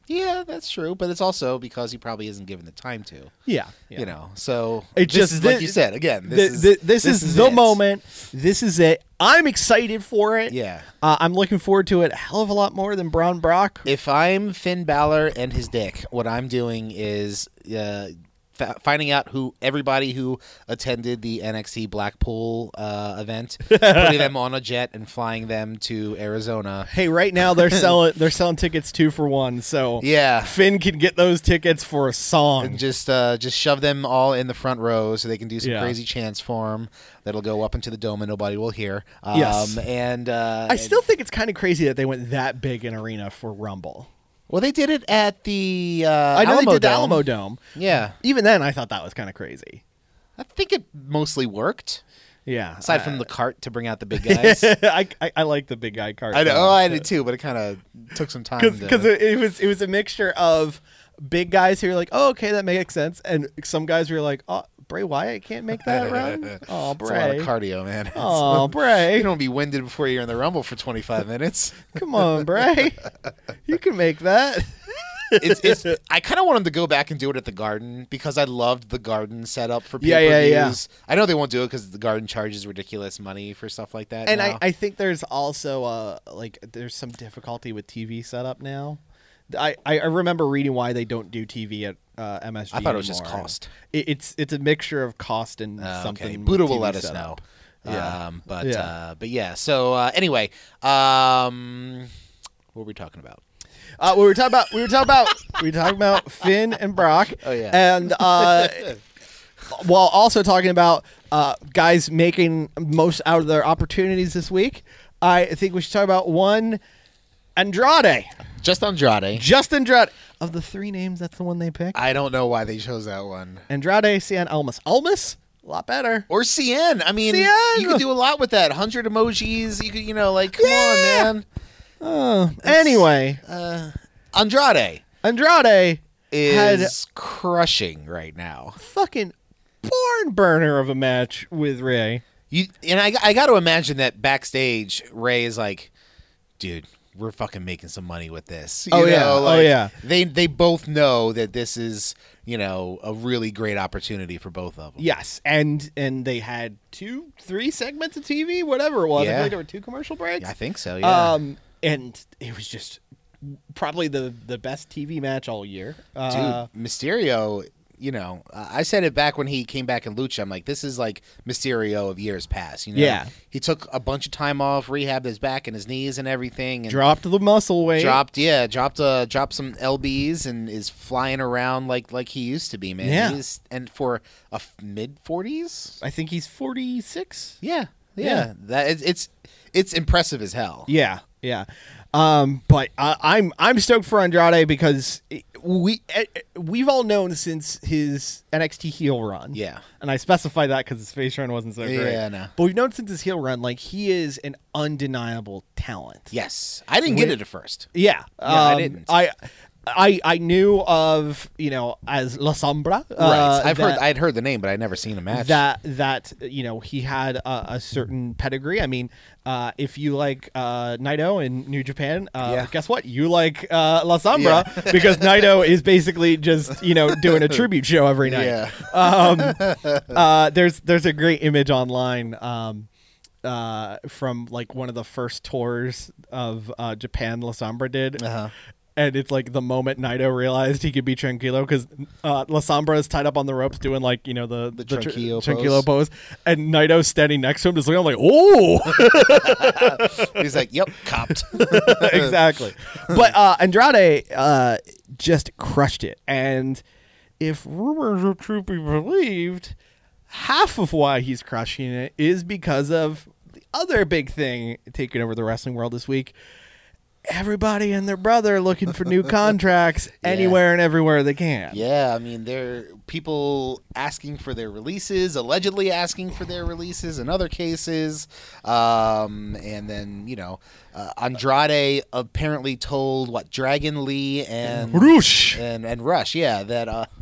Speaker 9: yeah, that's true. But it's also because he probably isn't given the time to.
Speaker 8: Yeah,
Speaker 9: You know, so
Speaker 8: It
Speaker 9: this
Speaker 8: just
Speaker 9: is,
Speaker 8: thi-
Speaker 9: like you said again.
Speaker 8: thi-
Speaker 9: This is
Speaker 8: thi- this is the
Speaker 9: it.
Speaker 8: moment. This is it. I'm excited for it.
Speaker 9: Yeah.
Speaker 8: uh, I'm looking forward to it a hell of a lot more than Braun Brock.
Speaker 9: If I'm Finn Balor and his dick, what I'm doing is uh, f- finding out who everybody who attended the NXT Blackpool uh, event, putting them on a jet and flying them to Arizona.
Speaker 8: hey, right now they're selling they're selling tickets two for one. So
Speaker 9: Yeah.
Speaker 8: Finn can get those tickets for a song.
Speaker 9: And just uh, just shove them all in the front row so they can do some
Speaker 8: Yeah.
Speaker 9: crazy chants for them. That'll go up into the dome and nobody will hear. Um,
Speaker 8: Yes.
Speaker 9: And uh,
Speaker 8: I still think it's kind of crazy that they went that big an arena for Rumble.
Speaker 9: well, they did it at the uh,
Speaker 8: I know
Speaker 9: Alamo
Speaker 8: they did the
Speaker 9: Dome.
Speaker 8: Alamo Dome.
Speaker 9: Yeah,
Speaker 8: Even then, I thought that was kind of crazy.
Speaker 9: I think it mostly worked.
Speaker 8: Yeah.
Speaker 9: Aside from the cart to bring out the big guys.
Speaker 8: I, I, I like the big guy card.
Speaker 9: I know. Oh, I did too, but it kind of took some time. to-
Speaker 8: Because it, it was it was a mixture of big guys who were like, oh, okay, that makes sense, and some guys who were like, oh, Bray Wyatt can't make that run. Oh,
Speaker 9: it's a lot
Speaker 8: Bray.
Speaker 9: of cardio, man.
Speaker 8: Oh,
Speaker 9: you
Speaker 8: Bray.
Speaker 9: don't be winded before you're in the rumble for 25 minutes.
Speaker 8: Come on, Bray. You can make that.
Speaker 9: It's, it's, I kind of want them to go back and do it at the garden because I loved the garden setup for
Speaker 8: Yeah, yeah, yeah.
Speaker 9: pay-per-views. I know they won't do it because the garden charges ridiculous money for stuff like that.
Speaker 8: And
Speaker 9: now. Uh,
Speaker 8: I, I think there's also uh like there's some difficulty with TV setup now. I, I I remember reading why they don't do TV at uh, MSG.
Speaker 9: I thought it was just
Speaker 8: anymore.
Speaker 9: cost.
Speaker 8: It, it's it's a mixture of cost and
Speaker 9: Uh,
Speaker 8: something.
Speaker 9: Okay.
Speaker 8: with
Speaker 9: Buddha will
Speaker 8: TV
Speaker 9: let us
Speaker 8: setup.
Speaker 9: know.
Speaker 8: Yeah.
Speaker 9: Um, but
Speaker 8: Yeah.
Speaker 9: Uh, but yeah. So uh, anyway, um, what were we talking about?
Speaker 8: Uh, we were talking about we were talking about we were talking about Finn and Brock.
Speaker 9: Oh, yeah.
Speaker 8: And uh, while also talking about uh, guys making most out of their opportunities this week, I think we should talk about one Andrade.
Speaker 9: Just Andrade.
Speaker 8: Justin Andrade. Of the three names, that's the one they picked.
Speaker 9: I don't know why they chose that one.
Speaker 8: Andrade San Almas. Almas? A lot better.
Speaker 9: Or CN. I mean,
Speaker 8: CN.
Speaker 9: you could do a lot with that. 100 emojis. You could, you know, like, come on, man.
Speaker 8: Anyway,
Speaker 9: Andrade
Speaker 8: Andrade
Speaker 9: is
Speaker 8: had
Speaker 9: crushing right now.
Speaker 8: fucking barn burner of a match with Ray.
Speaker 9: You and I, I got to imagine that backstage, Ray is like, dude, we're fucking making some money with this. You
Speaker 8: Oh, yeah.
Speaker 9: know,
Speaker 8: Oh,
Speaker 9: like,
Speaker 8: yeah.
Speaker 9: They they both know that this is you know a really great opportunity for both of them.
Speaker 8: Yes, and and they had two, three segments of TV, whatever it was. I
Speaker 9: Yeah.
Speaker 8: feel like there were two commercial breaks.
Speaker 9: I think so. Yeah.
Speaker 8: Um, and it was just probably the the best TV match all year.
Speaker 9: Dude,
Speaker 8: Uh,
Speaker 9: Mysterio, you know, I I said it back when he came back in Lucha. I'm like, this is like Mysterio of years past. You know,
Speaker 8: Yeah.
Speaker 9: He took a bunch of time off, rehabbed his back and his knees and everything, and
Speaker 8: dropped the muscle weight.
Speaker 9: dropped, yeah, dropped, uh, dropped some lbs and is flying around like like he used to be, man.
Speaker 8: Yeah.
Speaker 9: He's, and for a f- mid 40s,
Speaker 8: I think he's forty six.
Speaker 9: yeah, yeah,
Speaker 8: Yeah.
Speaker 9: that it's it's it's impressive as hell.
Speaker 8: Yeah, yeah. Um, but I, I'm I'm stoked for Andrade because it- we eh, eh, we've all known since his NXT heel run.
Speaker 9: Yeah.
Speaker 8: and I specify that because his face run wasn't so great.
Speaker 9: Yeah, I know.
Speaker 8: But we've known since his heel run, like he is an undeniable talent.
Speaker 9: Yes, I didn't get it at first.
Speaker 8: Yeah,
Speaker 9: I
Speaker 8: um,
Speaker 9: didn't.
Speaker 8: I. I, I knew of you know as La Sombra. uh,
Speaker 9: right, I've heard
Speaker 8: that-
Speaker 9: I'd heard the name, but I'd never seen a match.
Speaker 8: that that you know he had a, a certain pedigree. I mean, uh, if you like uh, Naito in New Japan, uh,
Speaker 9: Yeah.
Speaker 8: guess what? You like uh, La Sombra because Naito is basically just you know doing a tribute show every night.
Speaker 9: Yeah.
Speaker 8: Um, uh, there's there's a great image online. Um, uh, from like one of the first tours of uh, Japan, La Sombra did, and it's like the moment Naito realized he could be Tranquilo because uh, La Sombra is tied up on the ropes doing like you know the the, tr-
Speaker 9: Tranquilo
Speaker 8: Tranquilo pose, and Naito standing next to him just looking. I'm like, oh,
Speaker 9: He's like, yep, copped.
Speaker 8: exactly. But uh, Andrade uh, just crushed it, and if rumors are to be believed, half of why he's crushing it is because of the other big thing taking over the wrestling world this week. Everybody and their brother looking for new contracts anywhere and everywhere they can.
Speaker 9: Yeah, I mean, there people asking for their releases, allegedly asking for their releases in other cases, um, and then you know, uh, Andrade apparently told what Dragon Lee and
Speaker 8: Roosh.
Speaker 9: and and Rush, yeah, that. Uh,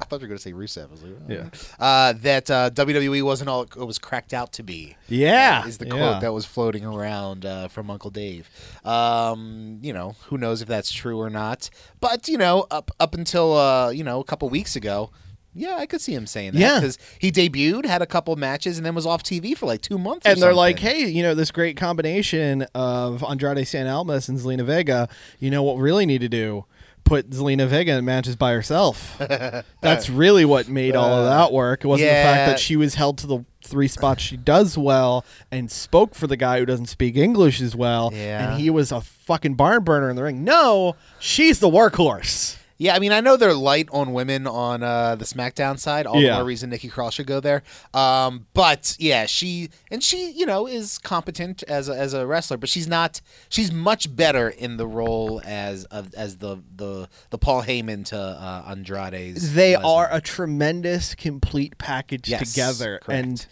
Speaker 9: I thought you were going to say Rusev. I was like, oh.
Speaker 8: Yeah.
Speaker 9: Uh, that uh, WWE wasn't all it was cracked out to be.
Speaker 8: Yeah,
Speaker 9: uh, is the
Speaker 8: yeah.
Speaker 9: quote that was floating around uh, from Uncle Dave. Um, you know, who knows if that's true or not? But you know, up up until uh, you know a couple weeks ago. Yeah, I could see him saying that
Speaker 8: Yeah.
Speaker 9: because he debuted, had a couple matches, and then was off TV for like two months. or
Speaker 8: and they're like,
Speaker 9: something.
Speaker 8: hey, you know, this great combination of Andrade San Almas and Zelina Vega, you know what we really need to do? Put Zelina Vega in matches by herself. That's really what made all of that work. It wasn't the fact
Speaker 9: Uh, yeah.
Speaker 8: that she was held to the three spots she does well and spoke for the guy who doesn't speak English as well.
Speaker 9: Yeah.
Speaker 8: And he was a fucking barn burner in the ring. No, she's the workhorse.
Speaker 9: Yeah, I mean, I know they're light on women on uh, the SmackDown side. All
Speaker 8: Yeah.
Speaker 9: the more reason Nikki Cross should go there. Um, but yeah, she and she, you know, is competent as a, as a wrestler, but she's not. She's much better in the role as of as the the the Paul Heyman to uh, Andrade's.
Speaker 8: they
Speaker 9: Lesnar.
Speaker 8: are a tremendous complete package
Speaker 9: Yes,
Speaker 8: together
Speaker 9: correct.
Speaker 8: and it-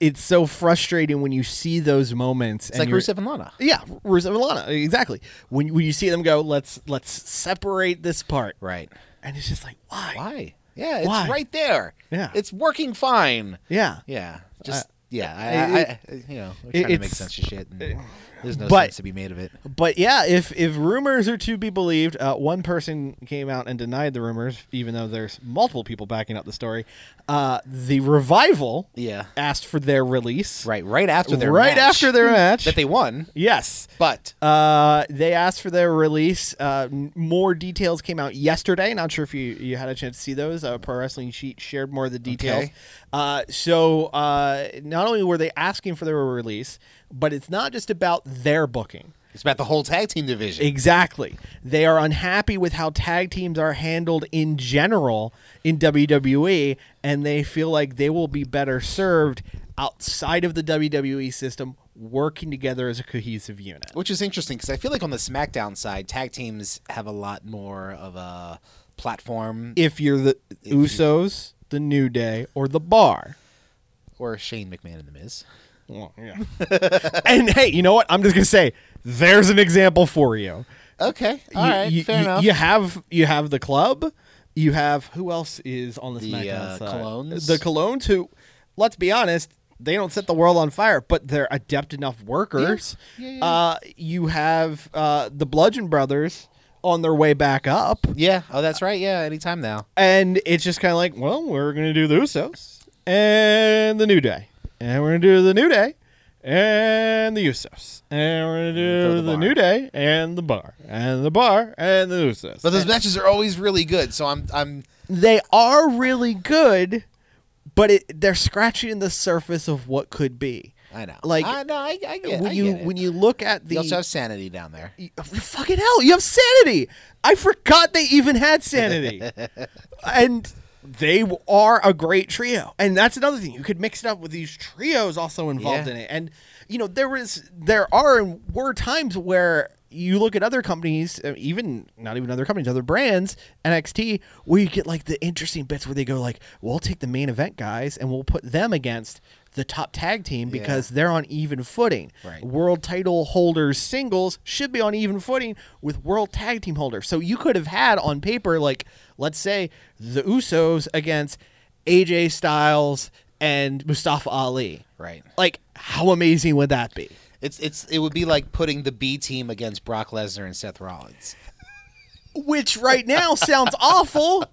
Speaker 8: it's so frustrating when you see those moments
Speaker 9: It's like Rusev and Lana.
Speaker 8: yeah Rusev and Lana exactly when, when you see them go let's let's separate this part
Speaker 9: Right.
Speaker 8: and it's just like why
Speaker 9: Why? Yeah, it's
Speaker 8: Why?
Speaker 9: right there.
Speaker 8: Yeah.
Speaker 9: it's working fine.
Speaker 8: yeah
Speaker 9: Yeah, just.
Speaker 8: Uh,
Speaker 9: yeah, I, I, I, you know, we're trying to make
Speaker 8: it's-
Speaker 9: sense of shit. And there's no
Speaker 8: but-
Speaker 9: sense to be made of it.
Speaker 8: but yeah if if rumors are to be believed uh, one person came out and denied the rumors even though there's multiple people backing up the story uh, the revival
Speaker 9: Yeah.
Speaker 8: asked for their release
Speaker 9: Right, right after their
Speaker 8: right
Speaker 9: match
Speaker 8: after their match
Speaker 9: that they won,
Speaker 8: yes
Speaker 9: but
Speaker 8: Uh, they asked for their release. Uh, n- more details came out yesterday. Not sure if you, you had a chance to see those. Uh, Pro Wrestling Sheet shared more of the details.
Speaker 9: Okay.
Speaker 8: Uh, so uh, not only were they asking for their release, but it's not just about their booking.
Speaker 9: it's about the whole tag team division.
Speaker 8: Exactly. They are unhappy with how tag teams are handled in general in WWE, and they feel like they will be better served outside of the WWE system, working together as a cohesive unit.
Speaker 9: which is interesting because I feel like on the SmackDown side, tag teams have a lot more of a platform.
Speaker 8: if you're the Usos, the New Day, or the Bar.
Speaker 9: Or Shane McMahon and The Miz.
Speaker 8: Well, yeah. and hey, you know what? I'm just gonna say there's an example for you.
Speaker 9: Okay. all
Speaker 8: you,
Speaker 9: right,
Speaker 8: you-
Speaker 9: Fair
Speaker 8: you-
Speaker 9: enough.
Speaker 8: You have you have the club. You have who else is on this
Speaker 9: The,
Speaker 8: SmackDown
Speaker 9: uh,
Speaker 8: side?
Speaker 9: Clones?
Speaker 8: The Colones, who, let's be honest, they don't set the world on fire, but they're adept enough workers.
Speaker 9: Yeah, yeah, yeah.
Speaker 8: Uh, you have uh, the Bludgeon Brothers on their way back up,
Speaker 9: Yeah. Oh, that's right. Yeah. Anytime now.
Speaker 8: and it's just kind of like, well, we're gonna do the Usos and the New Day, and we're gonna do the New Day. And the Usos, and we're gonna do
Speaker 9: Throw the
Speaker 8: the,
Speaker 9: bar.
Speaker 8: New Day, and the bar, and the bar, and the Usos.
Speaker 9: But those matches are always really good. So I'm. I'm.
Speaker 8: they are really good, but it, they're scratching the surface of what could be.
Speaker 9: I know.
Speaker 8: Like
Speaker 9: I know. I, I get.
Speaker 8: when
Speaker 9: I
Speaker 8: you
Speaker 9: get it.
Speaker 8: when you look at the
Speaker 9: You also have sanity down there.
Speaker 8: you- fucking hell, you have sanity. I forgot they even had sanity, and they w- are a great trio. And that's another thing you could mix it up with these trios also involved
Speaker 9: Yeah.
Speaker 8: in it. And you know there was there are and were times where you look at other companies, uh, even not even other companies, other brands, NXT, where you get like the interesting bits where they go like, "We'll take the main event guys and we'll put them against." The top tag team because they're on even footing
Speaker 9: Right.
Speaker 8: world title holders singles should be on even footing with world tag team holders. So you could have had on paper, like, let's say the Usos against AJ Styles and Mustafa Ali.
Speaker 9: Right.
Speaker 8: Like, how amazing would that be?
Speaker 9: It's it's it would be like putting the B team against Brock Lesnar and Seth Rollins.
Speaker 8: Which right now sounds awful,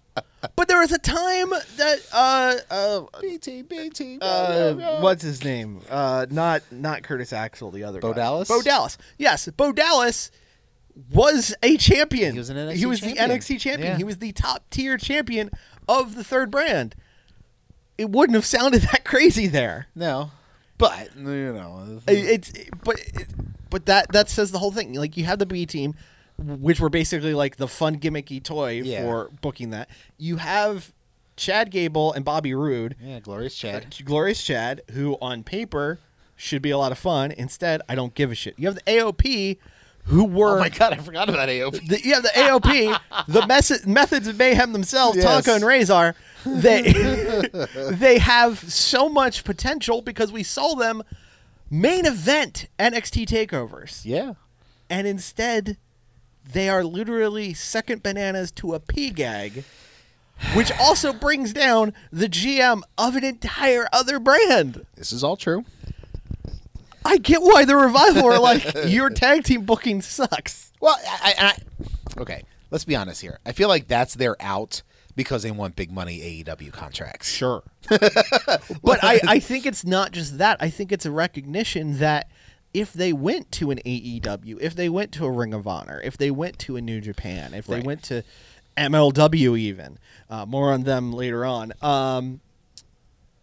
Speaker 8: but there was a time that uh uh,
Speaker 9: B team, B team. oh,
Speaker 8: uh what's his name? Uh not not Curtis Axel, the other
Speaker 9: Bo
Speaker 8: guy.
Speaker 9: Dallas?
Speaker 8: Bo Dallas. Yes, Bo Dallas was a champion.
Speaker 9: He was an NXT
Speaker 8: He was
Speaker 9: champion.
Speaker 8: the NXT champion.
Speaker 9: Yeah.
Speaker 8: He was the top tier champion of the third brand. It wouldn't have sounded that crazy there.
Speaker 9: no, but you know,
Speaker 8: It- It's but but that that says the whole thing. Like you have the B E team, which were basically like the fun gimmicky toy
Speaker 9: Yeah.
Speaker 8: for booking that. You have Chad Gable and Bobby Roode,
Speaker 9: yeah, glorious Chad.
Speaker 8: Glorious Chad, who on paper should be a lot of fun. Instead, I don't give a shit. You have the AOP, who were
Speaker 9: Oh my god, I forgot about AOP.
Speaker 8: the, you have the AOP, the mes- methods of mayhem themselves,
Speaker 9: Yes.
Speaker 8: Tonka and Razor. They they have so much potential because we saw them main event NXT takeovers,
Speaker 9: Yeah,
Speaker 8: and instead they are literally second bananas to a pea gag, which also brings down the GM of an entire other brand.
Speaker 9: this is all true.
Speaker 8: I get why the revival are like your tag team booking sucks.
Speaker 9: Well, I, I, I okay. Let's be honest here. I feel like that's their out because they want big money AEW contracts.
Speaker 8: Sure. but I, I think it's not just that. I think it's a recognition that if they went to an AEW, if they went to a Ring of Honor, if they went to a New Japan, if they went to MLW, even uh, more on them later on, um,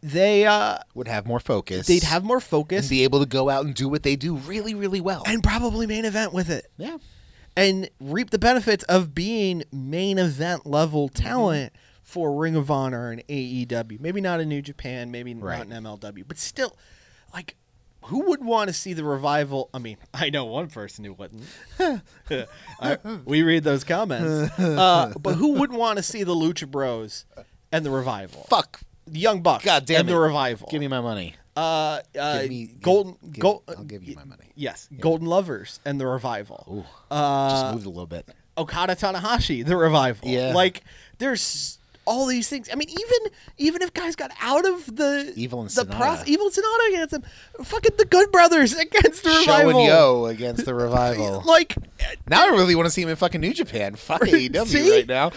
Speaker 8: they uh,
Speaker 9: Would have more focus.
Speaker 8: they'd have more focus
Speaker 9: and be able to go out and do what they do really, really well.
Speaker 8: and probably main event with it.
Speaker 9: yeah.
Speaker 8: and reap the benefits of being main event level
Speaker 9: Mm-hmm.
Speaker 8: talent for Ring of Honor and AEW. Maybe not in New Japan, maybe
Speaker 9: Right.
Speaker 8: not in MLW, but still, like, who would want to see the revival? I mean, I know one person who wouldn't. I- we read those comments, uh, but who wouldn't want to see the Lucha Bros and the revival?
Speaker 9: Fuck.
Speaker 8: The Young Bucks
Speaker 9: God damn
Speaker 8: and
Speaker 9: it.
Speaker 8: the revival.
Speaker 9: Give me my money. uh,
Speaker 8: uh, uh,
Speaker 9: Give me- give-
Speaker 8: Golden.
Speaker 9: give-
Speaker 8: Gol-
Speaker 9: I'll give you my money.
Speaker 8: Yes, Golden Lovers and the revival.
Speaker 9: Just moved a little bit.
Speaker 8: Okada Tanahashi, the revival.
Speaker 9: Yeah.
Speaker 8: Like there's all these things. I mean, even even if guys got out of the
Speaker 9: Evil and
Speaker 8: the
Speaker 9: Sonata.
Speaker 8: evil and Sonata against them, fucking the Good Brothers against the
Speaker 9: Show
Speaker 8: revival.
Speaker 9: and Yo against the revival.
Speaker 8: Like
Speaker 9: now I really want to see him in fucking New Japan. Fuck AEW
Speaker 8: See?
Speaker 9: right now.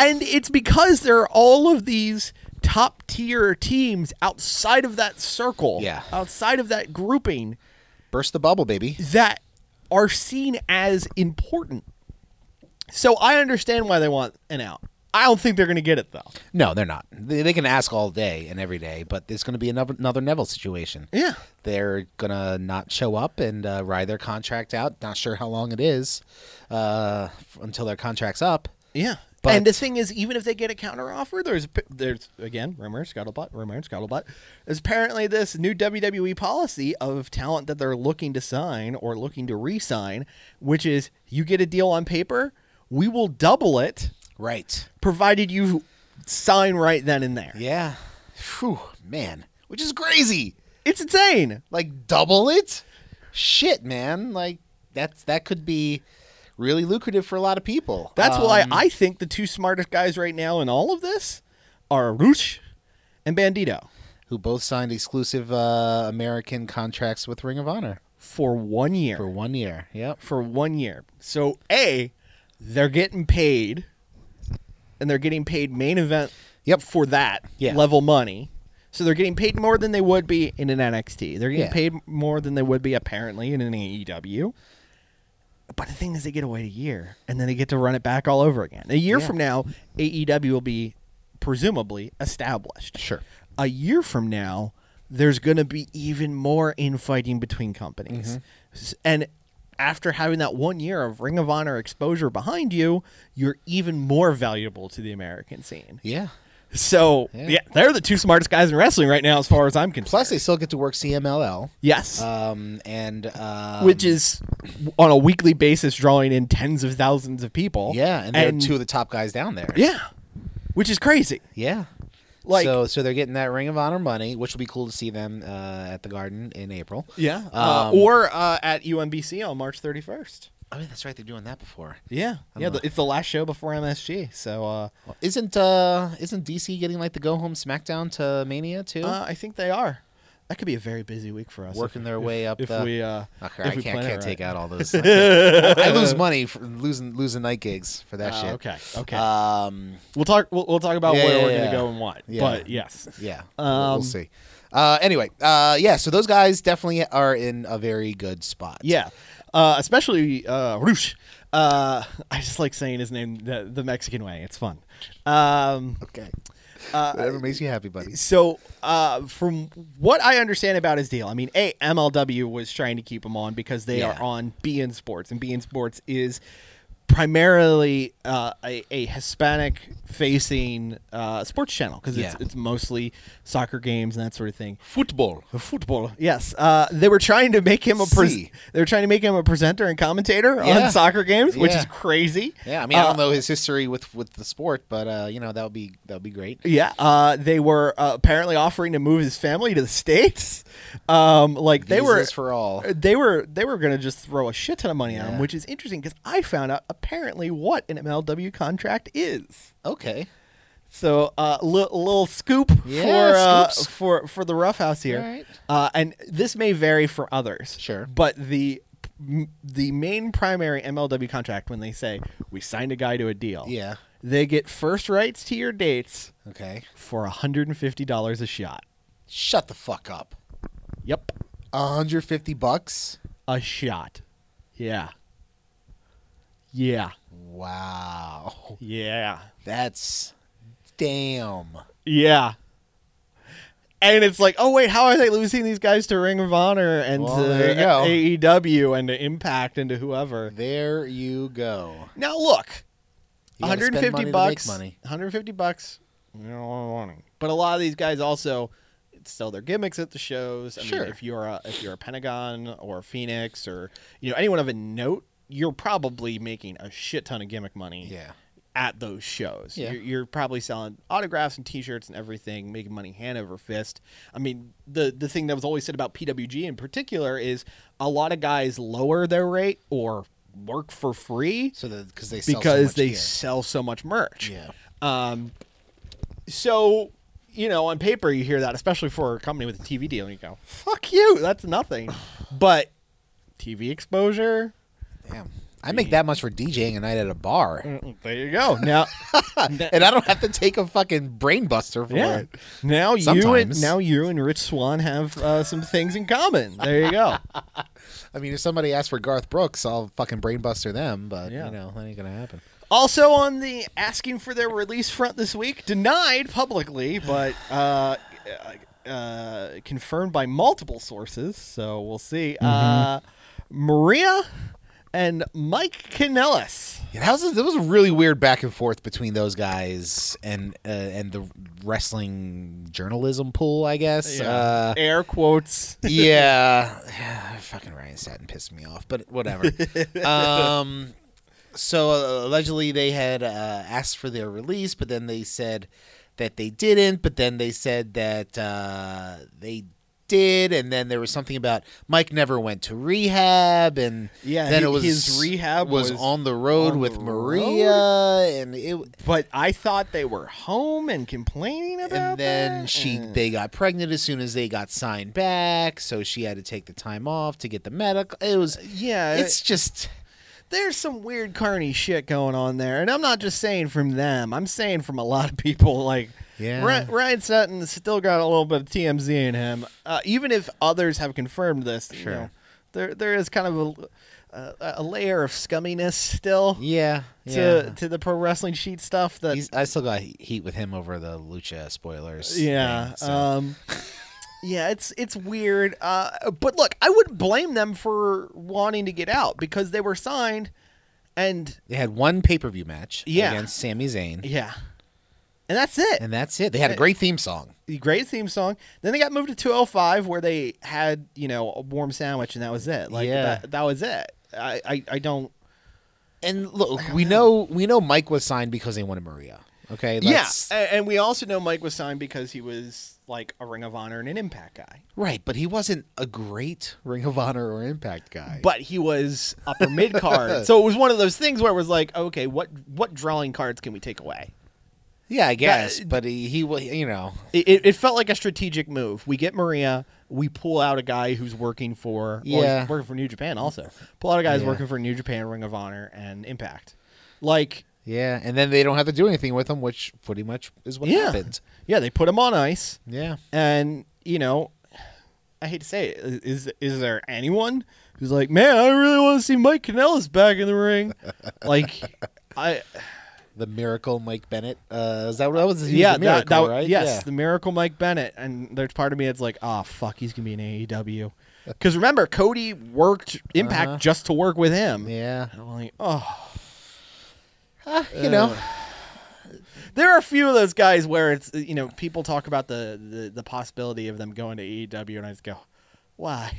Speaker 8: and it's because there are all of these top tier teams outside of that circle.
Speaker 9: Yeah.
Speaker 8: Outside of that grouping
Speaker 9: Burst the bubble, baby.
Speaker 8: that are seen as important. So I understand why they want an out. I don't think they're gonna get it though.
Speaker 9: No, they're not. They, they can ask all day and every day, but it's going to be another, another Neville situation.
Speaker 8: Yeah.
Speaker 9: They're going to not show up and uh, ride their contract out. Not sure how long it is uh, f- until their contract's up.
Speaker 8: Yeah.
Speaker 9: But-
Speaker 8: and the thing is, even if they get a counter offer, there's there's again rumor, scuttlebutt, rumor, scuttlebutt. There's apparently this new WWE policy of talent that they're looking to sign or looking to re-sign, which is you get a deal on paper, we will double it,
Speaker 9: Right.
Speaker 8: provided you sign right then and there.
Speaker 9: Yeah. Phew, man. Which is crazy.
Speaker 8: It's insane.
Speaker 9: Like double it? Shit, man. Like that's that could be really lucrative for a lot of people.
Speaker 8: That's
Speaker 9: Um,
Speaker 8: why I think the two smartest guys right now in all of this are Roosh and Bandito
Speaker 9: who both signed exclusive uh, American contracts with Ring of Honor
Speaker 8: for one year.
Speaker 9: for
Speaker 8: For,
Speaker 9: one year. Yep.
Speaker 8: one year. So A, they're getting paid, and they're getting paid main event.
Speaker 9: Yep.
Speaker 8: For that
Speaker 9: Yeah.
Speaker 8: level money. So they're getting paid more than they would be in an NXT. They're getting
Speaker 9: Yeah.
Speaker 8: paid more than they would be apparently in an E AEW. But the thing is, they get away a year, and then they get to run it back all over again. A year from now, AEW will be presumably established.
Speaker 9: Sure.
Speaker 8: A year from now, there's going to be even more infighting between companies,
Speaker 9: Mm-hmm.
Speaker 8: S- and after having that one year of Ring of Honor exposure behind you, you're even more valuable to the American scene.
Speaker 9: Yeah.
Speaker 8: So yeah. they're the two smartest guys in wrestling right now, as far as I'm concerned.
Speaker 9: Plus, they still get to work CMLL,
Speaker 8: yes,
Speaker 9: um, and uh,
Speaker 8: which is on a weekly basis drawing in tens of thousands of people.
Speaker 9: yeah, and they're two of the top guys down there.
Speaker 8: Yeah, which is crazy.
Speaker 9: yeah.
Speaker 8: Like-
Speaker 9: so, so they're getting that Ring of Honor money, which will be cool to see them uh, at the Garden in April.
Speaker 8: Yeah,
Speaker 9: Um,
Speaker 8: uh, or uh, at UMBC on March 31st.
Speaker 9: Oh, yeah, that's right. They're doing that before.
Speaker 8: Yeah, yeah, the, it's the last show before MSG. So uh,
Speaker 9: Isn't uh, isn't DC getting like the go home SmackDown to Mania too?
Speaker 8: uh, I think they are. That could be a very busy week for us. if-
Speaker 9: Working their way up.
Speaker 8: if
Speaker 9: the-
Speaker 8: we uh,
Speaker 9: Okay,
Speaker 8: if
Speaker 9: I
Speaker 8: we
Speaker 9: can't,
Speaker 8: plan it
Speaker 9: can't
Speaker 8: right.
Speaker 9: take out all those. I, can't- I lose money for losing losing night gigs for that
Speaker 8: Ah,
Speaker 9: shit.
Speaker 8: okay, okay.
Speaker 9: Um,
Speaker 8: we'll talk. We'll, we'll talk about
Speaker 9: Yeah,
Speaker 8: where
Speaker 9: yeah,
Speaker 8: we're
Speaker 9: yeah.
Speaker 8: gonna go and what.
Speaker 9: Yeah.
Speaker 8: But yes,
Speaker 9: yeah, we'll,
Speaker 8: Um,
Speaker 9: we'll see. Uh, anyway, uh, yeah. So those guys definitely are in a very good spot.
Speaker 8: Yeah, uh, especially uh, Roosh. Uh, I just like saying his name the, the Mexican way. It's fun. Um,
Speaker 9: Okay.
Speaker 8: Uh,
Speaker 9: Whatever makes you happy, buddy.
Speaker 8: so, uh, from what I understand about his deal, I mean, A, MLW was trying to keep him on because they
Speaker 9: Yeah.
Speaker 8: are on BN Sports, and BN Sports is primarily uh, a, a Hispanic facing uh, sports channel because it's,
Speaker 9: Yeah.
Speaker 8: it's mostly soccer games and that sort of thing.
Speaker 9: Football.
Speaker 8: Football. Yes. Uh, they were trying to make him a pres
Speaker 9: Si.
Speaker 8: they were trying to make him a presenter and commentator
Speaker 9: Yeah.
Speaker 8: on soccer games, which
Speaker 9: Yeah.
Speaker 8: is crazy.
Speaker 9: Yeah, I mean, I
Speaker 8: Uh,
Speaker 9: don't know his history with with the sport, but uh, you know that would be that would be great.
Speaker 8: Yeah, uh, they were uh, apparently offering to move his family to the states. Um, like they were uh,
Speaker 9: Visas for all.
Speaker 8: They were they were going to just throw a shit ton of money at him,
Speaker 9: Yeah.
Speaker 8: which is interesting because I found out apparently what an MLW contract is.
Speaker 9: Okay.
Speaker 8: So a uh, li- little scoop
Speaker 9: Yeah,
Speaker 8: for uh,
Speaker 9: scoops.
Speaker 8: for for the roughhouse here,
Speaker 9: All right.
Speaker 8: uh, and this may vary for others.
Speaker 9: Sure.
Speaker 8: but the m- the main primary MLW contract when they say we signed a guy to a deal,
Speaker 9: Yeah.
Speaker 8: they get first rights to your dates
Speaker 9: Okay.
Speaker 8: for $150 a shot.
Speaker 9: Shut the fuck up.
Speaker 8: Yep.
Speaker 9: hundred fifty bucks.
Speaker 8: A shot. Yeah. Yeah.
Speaker 9: Wow.
Speaker 8: Yeah.
Speaker 9: That's damn.
Speaker 8: Yeah. And it's like, oh wait, how are they losing these guys to Ring of Honor and
Speaker 9: Well, there you go.
Speaker 8: to AEW and to Impact and to whoever?
Speaker 9: There you go.
Speaker 8: Now look,
Speaker 9: You gotta spend
Speaker 8: 150
Speaker 9: money to make
Speaker 8: bucks.
Speaker 9: money.
Speaker 8: 150 bucks. You know, a lot of money. But a lot of these guys also sell their gimmicks at the shows. I
Speaker 9: Sure.
Speaker 8: mean, if you're a if you're a Pentagon or a Phoenix or you know anyone of a note, you're probably making a shit ton of gimmick money.
Speaker 9: Yeah.
Speaker 8: At those shows,
Speaker 9: Yeah.
Speaker 8: you're, you're probably selling autographs and T-shirts and everything, making money hand over fist. I mean, the the thing that was always said about PWG in particular is a lot of guys lower their rate or work for free
Speaker 9: So that because they sell so
Speaker 8: because
Speaker 9: much
Speaker 8: they
Speaker 9: gear.
Speaker 8: sell so much merch.
Speaker 9: yeah
Speaker 8: So, you know, on paper you hear that, especially for a company with a TV deal, and you go, "Fuck you, that's nothing." But TV exposure,
Speaker 9: damn. I make that much for DJing a night at a bar,
Speaker 8: there you go. Now,
Speaker 9: and I don't have to take a fucking brain buster for
Speaker 8: yeah,
Speaker 9: it.
Speaker 8: now you and
Speaker 9: Sometimes.
Speaker 8: now you and Rich Swan have uh, some things in common. There you go.
Speaker 9: I mean, if somebody asks for Garth Brooks, I'll fucking brain buster them. But
Speaker 8: Yeah.
Speaker 9: you know, that ain't gonna happen.
Speaker 8: Also on the asking for their release front this week, denied publicly, but uh, uh, confirmed by multiple sources. So we'll see. Uh, Maria and Mike Kanellis.
Speaker 9: Yeah, that was a, that was a really weird back and forth between those guys and uh, and the wrestling journalism pool, I guess. Uh,
Speaker 8: Air quotes.
Speaker 9: yeah, fucking Ryan Satin pissed me off, but whatever. um, so uh, allegedly they had uh, asked for their release, but then they said that they didn't. But then they said that uh, they did, and then there was something about Mike never went to rehab, and
Speaker 8: Yeah,
Speaker 9: then
Speaker 8: hi-
Speaker 9: it was
Speaker 8: his rehab
Speaker 9: was,
Speaker 8: was
Speaker 9: on the road
Speaker 8: on
Speaker 9: with
Speaker 8: the
Speaker 9: Maria, and it.
Speaker 8: But I thought they were home and complaining about
Speaker 9: And then
Speaker 8: that,
Speaker 9: she,
Speaker 8: and-
Speaker 9: they got pregnant as soon as they got signed back, so she had to take the time off to get the medical. It was,
Speaker 8: yeah,
Speaker 9: it's just,
Speaker 8: there's some weird carny shit going on there, and I'm not just saying from them. I'm saying from a lot of people. Like,
Speaker 9: Yeah.
Speaker 8: Ry- Ryan Sutton's still got a little bit of TMZ in him, uh, even if others have confirmed this. Sure, there there is kind of a uh, a layer of scumminess still
Speaker 9: yeah, yeah.
Speaker 8: to to the pro wrestling sheet stuff that
Speaker 9: He's, I still got he- heat with him over the lucha spoilers.
Speaker 8: Yeah.
Speaker 9: thing, so.
Speaker 8: Um, yeah, it's it's weird. Uh, but look, I wouldn't blame them for wanting to get out because they were signed, and
Speaker 9: they had one pay per view match
Speaker 8: Yeah.
Speaker 9: against Sami Zayn,
Speaker 8: yeah, and that's it.
Speaker 9: and that's it. They had a great theme song.
Speaker 8: Great theme song. Then they got moved to 205, where they had you know a warm sandwich, and that was it. Like
Speaker 9: Yeah.
Speaker 8: that, that was it. I, I I don't.
Speaker 9: And look, we know we know Mike was signed because they wanted Maria. Okay. let's-
Speaker 8: yeah, a- and we also know Mike was signed because he was like a Ring of Honor and an Impact guy.
Speaker 9: Right, but he wasn't a great Ring of Honor or Impact guy.
Speaker 8: but he was upper mid card. so it was one of those things where it was like, okay, what what drawing cards can we take away?
Speaker 9: yeah, I guess. but he he wa- you know
Speaker 8: It, it, it felt like a strategic move. We get Maria, we pull out a guy who's working for well, he's
Speaker 9: Yeah.
Speaker 8: working for New Japan also. Pull out a guy who's working for New Japan, Ring of Honor, and Impact. Like
Speaker 9: yeah, and then they don't have to do anything with him, which pretty much is what
Speaker 8: yeah,
Speaker 9: happened.
Speaker 8: yeah, they put him on ice.
Speaker 9: Yeah.
Speaker 8: and you know, I hate to say it, i- is is there anyone who's like, man, I really want to see Mike Kanellis back in the ring, like. I
Speaker 9: The miracle Mike Bennett. Uh, is that what that was? He was
Speaker 8: yeah,
Speaker 9: the miracle,
Speaker 8: that, that,
Speaker 9: right?
Speaker 8: Yes,
Speaker 9: Yeah.
Speaker 8: the miracle Mike Bennett, and there's part of me that's like, oh fuck, he's gonna be in AEW, because remember Cody worked Impact just to work with him.
Speaker 9: Uh-huh. Yeah. Ah,
Speaker 8: And I'm like, oh,
Speaker 9: You know,
Speaker 8: Uh. there are a few of those guys where it's you know people talk about the the, the possibility of them going to AEW, and I just go, why?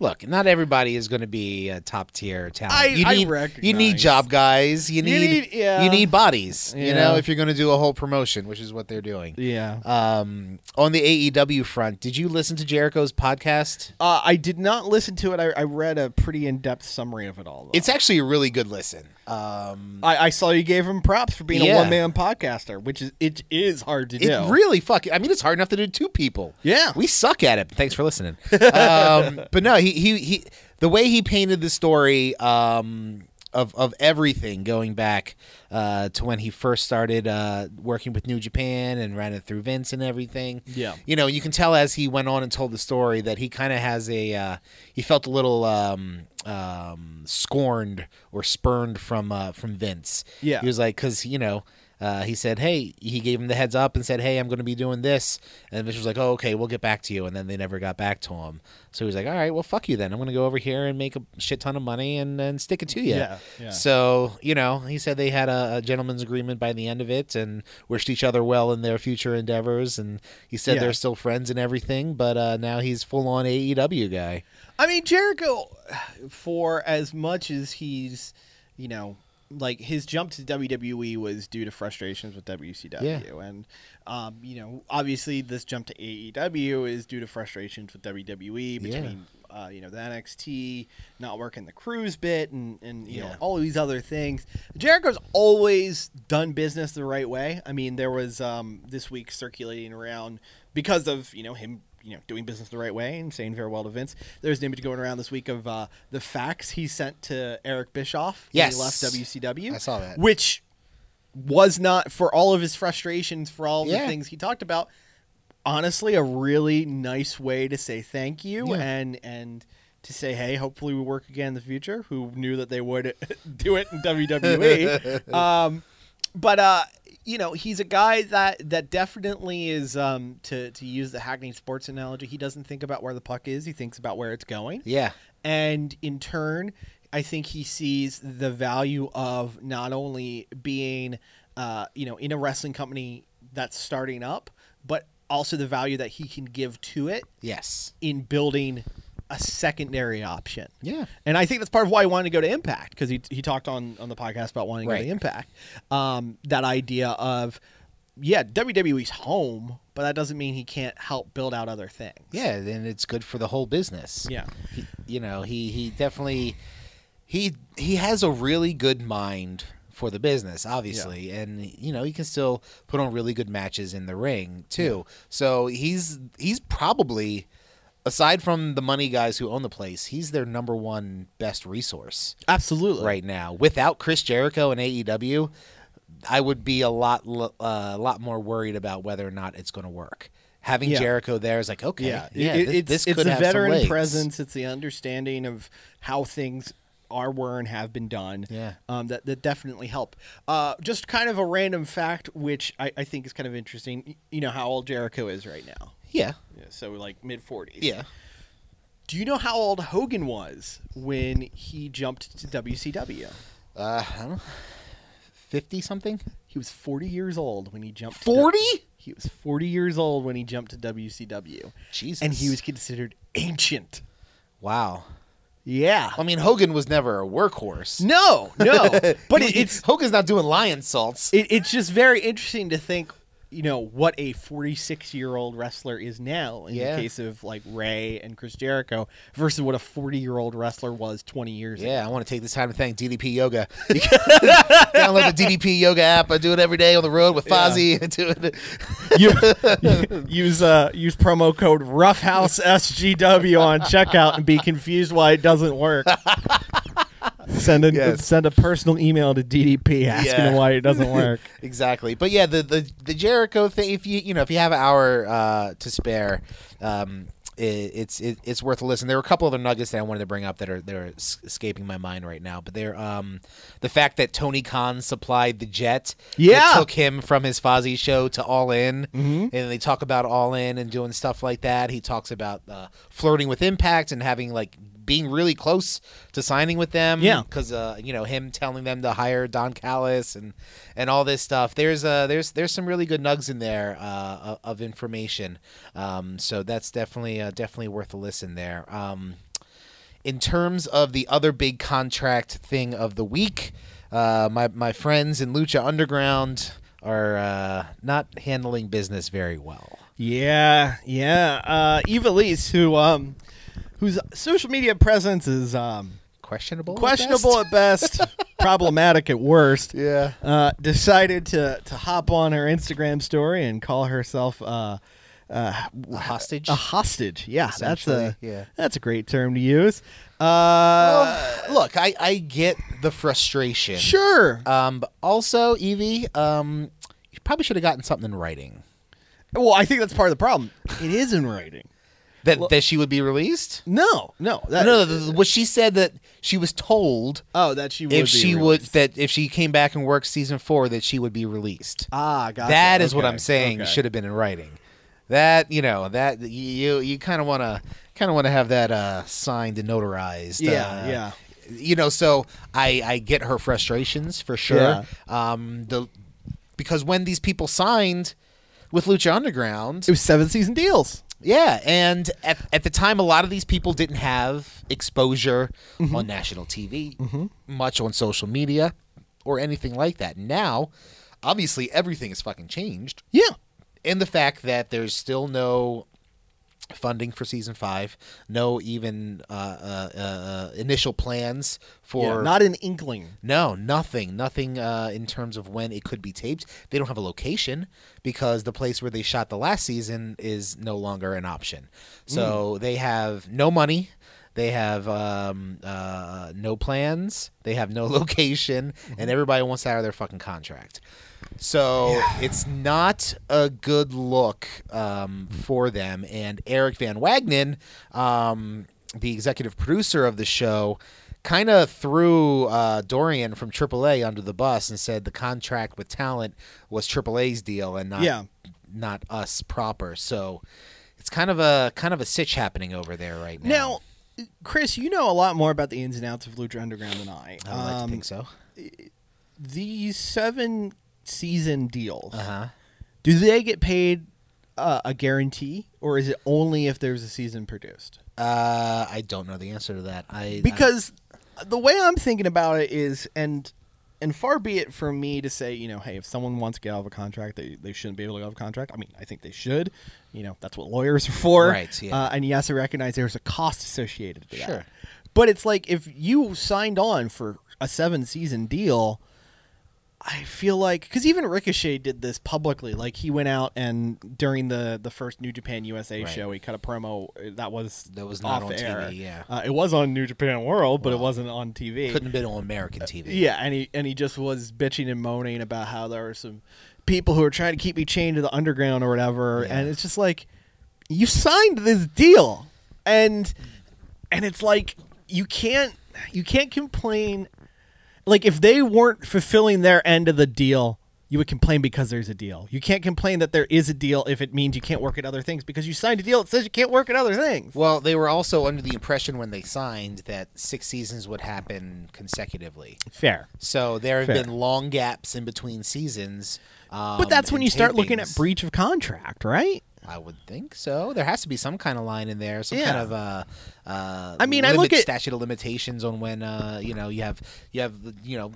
Speaker 9: look, not everybody is going to be a top tier talent.
Speaker 8: I-
Speaker 9: you
Speaker 8: I
Speaker 9: need, you need
Speaker 8: recognize.
Speaker 9: job guys. You need
Speaker 8: You
Speaker 9: you need,
Speaker 8: need- yeah.
Speaker 9: bodies. You know,
Speaker 8: Yeah.
Speaker 9: if you're going to do a whole promotion, which is what they're doing.
Speaker 8: Yeah,
Speaker 9: Um, on the AEW front, did you listen to Jericho's podcast?
Speaker 8: uh, I did not listen to it. I, I read a pretty in depth summary of it all. though.
Speaker 9: It's actually a really good listen. Um,
Speaker 8: I, I saw you gave him props for being
Speaker 9: Yeah.
Speaker 8: a one man podcaster, which is it is hard to
Speaker 9: it
Speaker 8: do.
Speaker 9: really fucking. I mean, it's hard enough to do two people.
Speaker 8: Yeah.
Speaker 9: we suck at it. Thanks for listening. um, but no, he, he he the way he painted the story um, of of everything going back uh, to when he first started uh, working with New Japan and ran it through Vince and everything.
Speaker 8: Yeah.
Speaker 9: you know, you can tell as he went on and told the story that he kind of has a uh, he felt a little um, um, scorned or spurned from uh, from Vince.
Speaker 8: Yeah.
Speaker 9: he was like because you know. Uh, he said, "Hey." He gave him the heads up and said, "Hey, I'm going to be doing this." And Vince was like, "Oh, okay, we'll get back to you." And then they never got back to him. So he was like, "All right, well, fuck you then. I'm going to go over here and make a shit ton of money and and stick it to you."
Speaker 8: Yeah, yeah.
Speaker 9: So you know, he said they had a, a gentleman's agreement by the end of it and wished each other well in their future endeavors. And he said
Speaker 8: Yeah.
Speaker 9: they're still friends and everything, but uh, now he's full on AEW guy.
Speaker 8: I mean, Jericho, for as much as he's, you know, like his jump to WWE was due to frustrations with WCW,
Speaker 9: Yeah.
Speaker 8: and um, you know, obviously this jump to AEW is due to frustrations with WWE between, uh, you know, the NXT not working the cruise bit and and you know all these other things. Jericho's always done business the right way. I mean, there was um, this week circulating around because of you know him you know doing business the right way and saying farewell to Vince. There's an image going around this week of uh, the fax he sent to Eric Bischoff when
Speaker 9: Yes.
Speaker 8: he left WCW.
Speaker 9: I saw that.
Speaker 8: which was not for all of his frustrations for all
Speaker 9: Yeah.
Speaker 8: the things he talked about. Honestly, a really nice way to say thank you and and to say hey, hopefully we work again in the future. Who knew that they would do it in WWE? um, but uh you know he's a guy that that definitely is um to to use the hackney sports analogy he doesn't think about where the puck is he thinks about where it's going
Speaker 9: Yeah,
Speaker 8: and in turn i think he sees the value of not only being uh you know in a wrestling company that's starting up but also the value that he can give to it
Speaker 9: yes,
Speaker 8: in building a secondary option.
Speaker 9: Yeah.
Speaker 8: and I think that's part of why I wanted to go to Impact because he he talked on on the podcast about wanting to go
Speaker 9: Right.
Speaker 8: to Impact. Um, that idea of yeah, WWE's home, but that doesn't mean he can't help build out other things.
Speaker 9: Yeah, then it's good for the whole business.
Speaker 8: Yeah.
Speaker 9: He- you know, he he definitely he he has a really good mind for the business, obviously, and you know he can still put on really good matches in the ring too. So he's he's probably. Aside from the money guys who own the place, he's their number one best resource
Speaker 8: absolutely.
Speaker 9: right now. Without Chris Jericho and AEW, I would be a lot lo- uh, a lot more worried about whether or not it's going to work. Having
Speaker 8: Yeah.
Speaker 9: Jericho there is like okay, yeah,
Speaker 8: Yeah, it-
Speaker 9: thi-
Speaker 8: it's
Speaker 9: this
Speaker 8: it's
Speaker 9: could
Speaker 8: the
Speaker 9: have some
Speaker 8: veteran
Speaker 9: legs.
Speaker 8: presence. It's the understanding of how things are, were, and have been done.
Speaker 9: Yeah.
Speaker 8: um, that that definitely help. Uh, just kind of a random fact, which I, I think is kind of interesting. Y- You know how old Jericho is right now.
Speaker 9: Yeah,
Speaker 8: Yeah, so like mid forties.
Speaker 9: yeah.
Speaker 8: Do you know how old Hogan was when he jumped to WCW?
Speaker 9: Uh, I don't know, fifty something.
Speaker 8: He was 40 years old when he jumped. to
Speaker 9: 40?
Speaker 8: W- he was 40 years old when he jumped to WCW.
Speaker 9: Jesus.
Speaker 8: And he was considered ancient.
Speaker 9: Wow.
Speaker 8: Yeah.
Speaker 9: I mean, Hogan was never a workhorse.
Speaker 8: No, no. But it, it's
Speaker 9: Hogan's not doing lion salts.
Speaker 8: it, it's just very interesting to think, you know, what a 46 year old wrestler is now in
Speaker 9: Yeah.
Speaker 8: the case of like Ray and Chris Jericho versus what a 40 year old wrestler was 20 years ago.
Speaker 9: Yeah, I want to take this time to thank DDP Yoga. You can Download the DDP Yoga app. I do it every day on the road with Fozzy. I do it.
Speaker 8: you, use uh, use promo code Roughhouse SGW on checkout and be confused why it doesn't work. Send a
Speaker 9: Yes.
Speaker 8: send a personal email to DDP asking
Speaker 9: Yeah.
Speaker 8: why it doesn't work.
Speaker 9: exactly. But yeah, the, the the Jericho thing. If you you know if you have an hour uh, to spare, um, i it's it, it's worth a listen. There were a couple other nuggets that I wanted to bring up that are that are s- escaping my mind right now. But they're um, the fact that Tony Khan supplied the jet. that
Speaker 8: Yeah. Mm-hmm.
Speaker 9: took him from his Fozzy show to All In, and they talk about All In and doing stuff like that. He talks about uh, flirting with Impact and having like being really close to signing with them
Speaker 8: Yeah.
Speaker 9: because uh, you know him telling them to hire Don Callis and and all this stuff. There's uh there's there's some really good nugs in there uh, of- of information. Um, so that's definitely uh, definitely worth a listen there. Um, in terms of the other big contract thing of the week, uh, my my friends in Lucha Underground are uh, not handling business very well.
Speaker 8: Yeah, yeah. Uh, Eva Lise, who um, whose social media presence is um,
Speaker 9: Questionable. at
Speaker 8: questionable
Speaker 9: best?
Speaker 8: at best, problematic at worst.
Speaker 9: Yeah.
Speaker 8: Uh, decided to to hop on her Instagram story and call herself uh, uh,
Speaker 9: A hostage.
Speaker 8: A hostage. Yeah, that's a
Speaker 9: Essentially, yeah.
Speaker 8: that's a great term to use. Uh,
Speaker 9: Uh, Look, I I get the frustration.
Speaker 8: sure.
Speaker 9: Um, but also, Evie, um, you probably should have gotten something in writing
Speaker 8: well, I think that's part of the problem. It is in writing.
Speaker 9: that that she would be released.
Speaker 8: No, no, that,
Speaker 9: no, no, what she said that she was told
Speaker 8: Oh, that she would.
Speaker 9: if
Speaker 8: be
Speaker 9: she
Speaker 8: released.
Speaker 9: would that if she came back and worked season four that she would be released.
Speaker 8: Ah, gotcha.
Speaker 9: That is what
Speaker 8: Okay,
Speaker 9: I'm saying
Speaker 8: okay.
Speaker 9: should have been in writing. That you know that you you kind of want to kind of want to have that uh, signed and notarized.
Speaker 8: Yeah,
Speaker 9: uh,
Speaker 8: yeah.
Speaker 9: You know, so I I get her frustrations for sure.
Speaker 8: Yeah.
Speaker 9: Um, the because when these people signed with Lucha Underground,
Speaker 8: It was seven season deals.
Speaker 9: yeah, and at, at the time, a lot of these people didn't have exposure
Speaker 8: Mm-hmm.
Speaker 9: on national TV, much on social media, or anything like that. Now, obviously, everything has fucking changed.
Speaker 8: Yeah.
Speaker 9: And the fact that there's still no funding for season five, no even uh, uh, uh, initial plans for.
Speaker 8: yeah. Not an inkling.
Speaker 9: no, nothing, nothing uh, in terms of when it could be taped. They don't have a location because the place where they shot the last season is no longer an option. So they have no money. They have um, uh, no plans. They have no location, and everybody wants out of their fucking contract. So it's not a good look um, for them. And Eric Van Wagnen, um, the executive producer of the show, kind of threw uh, Dorian from AAA under the bus and said the contract with talent was AAA's deal and not
Speaker 8: Yeah.
Speaker 9: not us proper. So it's kind of a kind of a sitch happening over there right now.
Speaker 8: Now, Chris, you know a lot more about the ins and outs of Lucha Underground than I.
Speaker 9: I would like to
Speaker 8: Um,
Speaker 9: think so.
Speaker 8: These seven season deals. Do they get paid uh, a guarantee, or is it only if there's a season produced?
Speaker 9: Uh, I don't know the answer to that. I
Speaker 8: because the way I'm thinking about it is, and and far be it from me to say, you know, hey, if someone wants to get out of a contract, they, they shouldn't be able to get out of a contract. I mean, I think they should. You know, that's what lawyers are for.
Speaker 9: Right, yeah.
Speaker 8: Uh, and yes, I recognize there's a cost associated to that.
Speaker 9: Sure.
Speaker 8: But it's like if you signed on for a seven season deal, I feel like because even Ricochet did this publicly. Like he went out and during the the first New Japan USA
Speaker 9: Right.
Speaker 8: show, he cut a promo uh, that was
Speaker 9: That was not
Speaker 8: off
Speaker 9: on TV,
Speaker 8: air.
Speaker 9: yeah.
Speaker 8: uh, it was on New Japan World, but it wasn't on TV.
Speaker 9: I couldn't have been on American TV.
Speaker 8: Uh, Yeah, and he and he just was bitching and moaning about how there are some people who are trying to keep me chained to the underground or whatever, and it's just like you signed this deal, and and it's like you can't you can't complain. Like if they weren't fulfilling their end of the deal, you would complain because there's a deal. You can't complain that there is a deal if it means you can't work at other things because you signed a deal that says you can't work at other things.
Speaker 9: Well, they were also under the impression when they signed that six seasons would happen consecutively.
Speaker 8: Fair.
Speaker 9: So there have
Speaker 8: Fair.
Speaker 9: been long gaps in between seasons. Um,
Speaker 8: But that's when
Speaker 9: and
Speaker 8: you start looking at
Speaker 9: tapings.
Speaker 8: breach of contract, right?
Speaker 9: I would think so. There has to be some kind of line in there, some kind
Speaker 8: Yeah.
Speaker 9: of uh, uh,
Speaker 8: I mean, I look
Speaker 9: limit
Speaker 8: at-
Speaker 9: statute of limitations on when uh, you know you have you have you know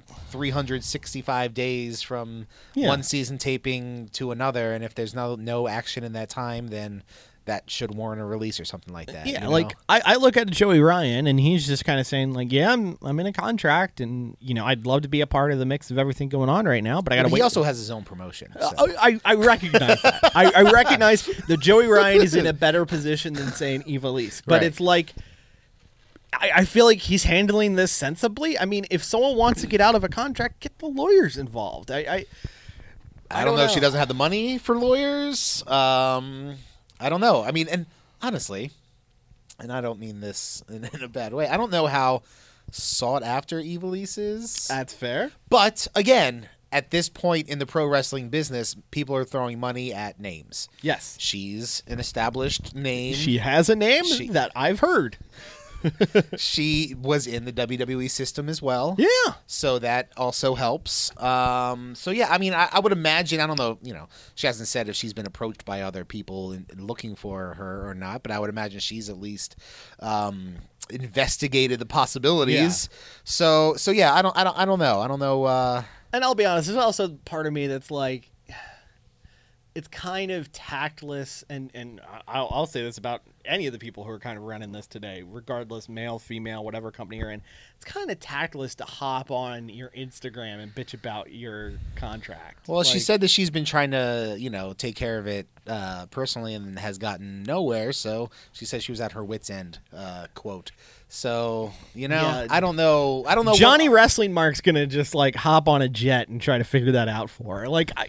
Speaker 9: 365 days from
Speaker 8: Yeah.
Speaker 9: one season taping to another, and if there's no no action in that time, then that should warrant a release or something like that.
Speaker 8: Yeah,
Speaker 9: you know?
Speaker 8: like I, I look at Joey Ryan and he's just kind of saying like, yeah, I'm I'm in a contract and you know I'd love to be a part of the mix of everything going on right now, but I gotta
Speaker 9: But
Speaker 8: wait. Uh, Oh,
Speaker 9: he also has his own promotion. so-
Speaker 8: I, I I recognize that. I, I recognize that Joey Ryan is in a better position than saying Eva Lise, but
Speaker 9: Right.
Speaker 8: it's like. I I feel like he's handling this sensibly. I mean, if someone wants to get out of a contract, get the lawyers involved. I, I
Speaker 9: I don't know. if She
Speaker 8: know.
Speaker 9: doesn't have the money for lawyers. Um, I don't know. I mean, and honestly, and I don't mean this in, in a bad way. I don't know how sought after Evilise is.
Speaker 8: that's fair.
Speaker 9: but again, at this point in the pro wrestling business, people are throwing money at names.
Speaker 8: Yes,
Speaker 9: She's an established name.
Speaker 8: she has a name
Speaker 9: She-
Speaker 8: that I've heard.
Speaker 9: she was in the WWE system as well.
Speaker 8: Yeah.
Speaker 9: So that also helps. Um, so yeah, I mean, I, I would imagine. I don't know. You know, she hasn't said if she's been approached by other people and, and looking for her or not, but I would imagine she's at least um, investigated the possibilities. So so yeah, I don't I don't I don't know. I don't know. Uh,
Speaker 8: And I'll be honest, there's also part of me that's like, it's kind of tactless. And, and I- I'll, I'll say this about any of the people who are kind of running this today, regardless, male, female, whatever company you're in. It's kind of tactless to hop on your Instagram and bitch about your contract.
Speaker 9: well, she
Speaker 8: Like,
Speaker 9: said that she's been trying to you know take care of it uh, personally and has gotten nowhere. So she said she was at her wits end. Uh, quote. So you know,
Speaker 8: Yeah.
Speaker 9: I don't know. I don't know. what-
Speaker 8: Johnny Wrestling Mark's going to just like hop on a jet and try to figure that out for her. Like, I,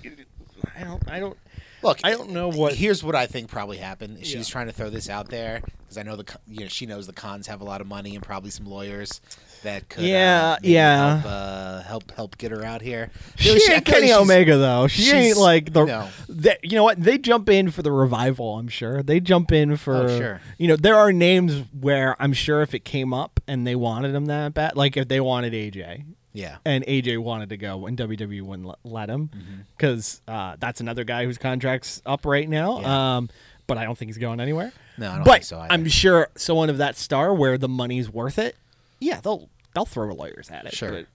Speaker 8: I don't, I don't.
Speaker 9: Look,
Speaker 8: I don't know what-
Speaker 9: Here's what I think probably happened. She's trying to throw this out there because I know the co- you know she knows the cons have a lot of money and probably some lawyers that could uh,
Speaker 8: Yeah,
Speaker 9: maybe
Speaker 8: yeah.
Speaker 9: help, uh, help help get her out here.
Speaker 8: She,
Speaker 9: Really, I
Speaker 8: ain't
Speaker 9: feel like
Speaker 8: Kenny
Speaker 9: she's-
Speaker 8: Omega though. She
Speaker 9: she's-
Speaker 8: ain't like the.
Speaker 9: no.
Speaker 8: they- you know what? They jump in for the revival. I'm sure they jump in for.
Speaker 9: Oh, sure.
Speaker 8: You know there are names where I'm sure if it came up and they wanted him that bad, like if they wanted AJ
Speaker 9: Yeah,
Speaker 8: and AJ wanted to go and WWE wouldn't let, let him
Speaker 9: Mm-hmm.
Speaker 8: because uh, that's another guy whose contract's up right now.
Speaker 9: Yeah.
Speaker 8: Um, but I don't think he's going anywhere.
Speaker 9: No, I don't
Speaker 8: but
Speaker 9: think so either.
Speaker 8: I'm sure someone of that star where the money's worth it. Yeah, they'll they'll throw lawyers at it.
Speaker 9: sure.
Speaker 8: but-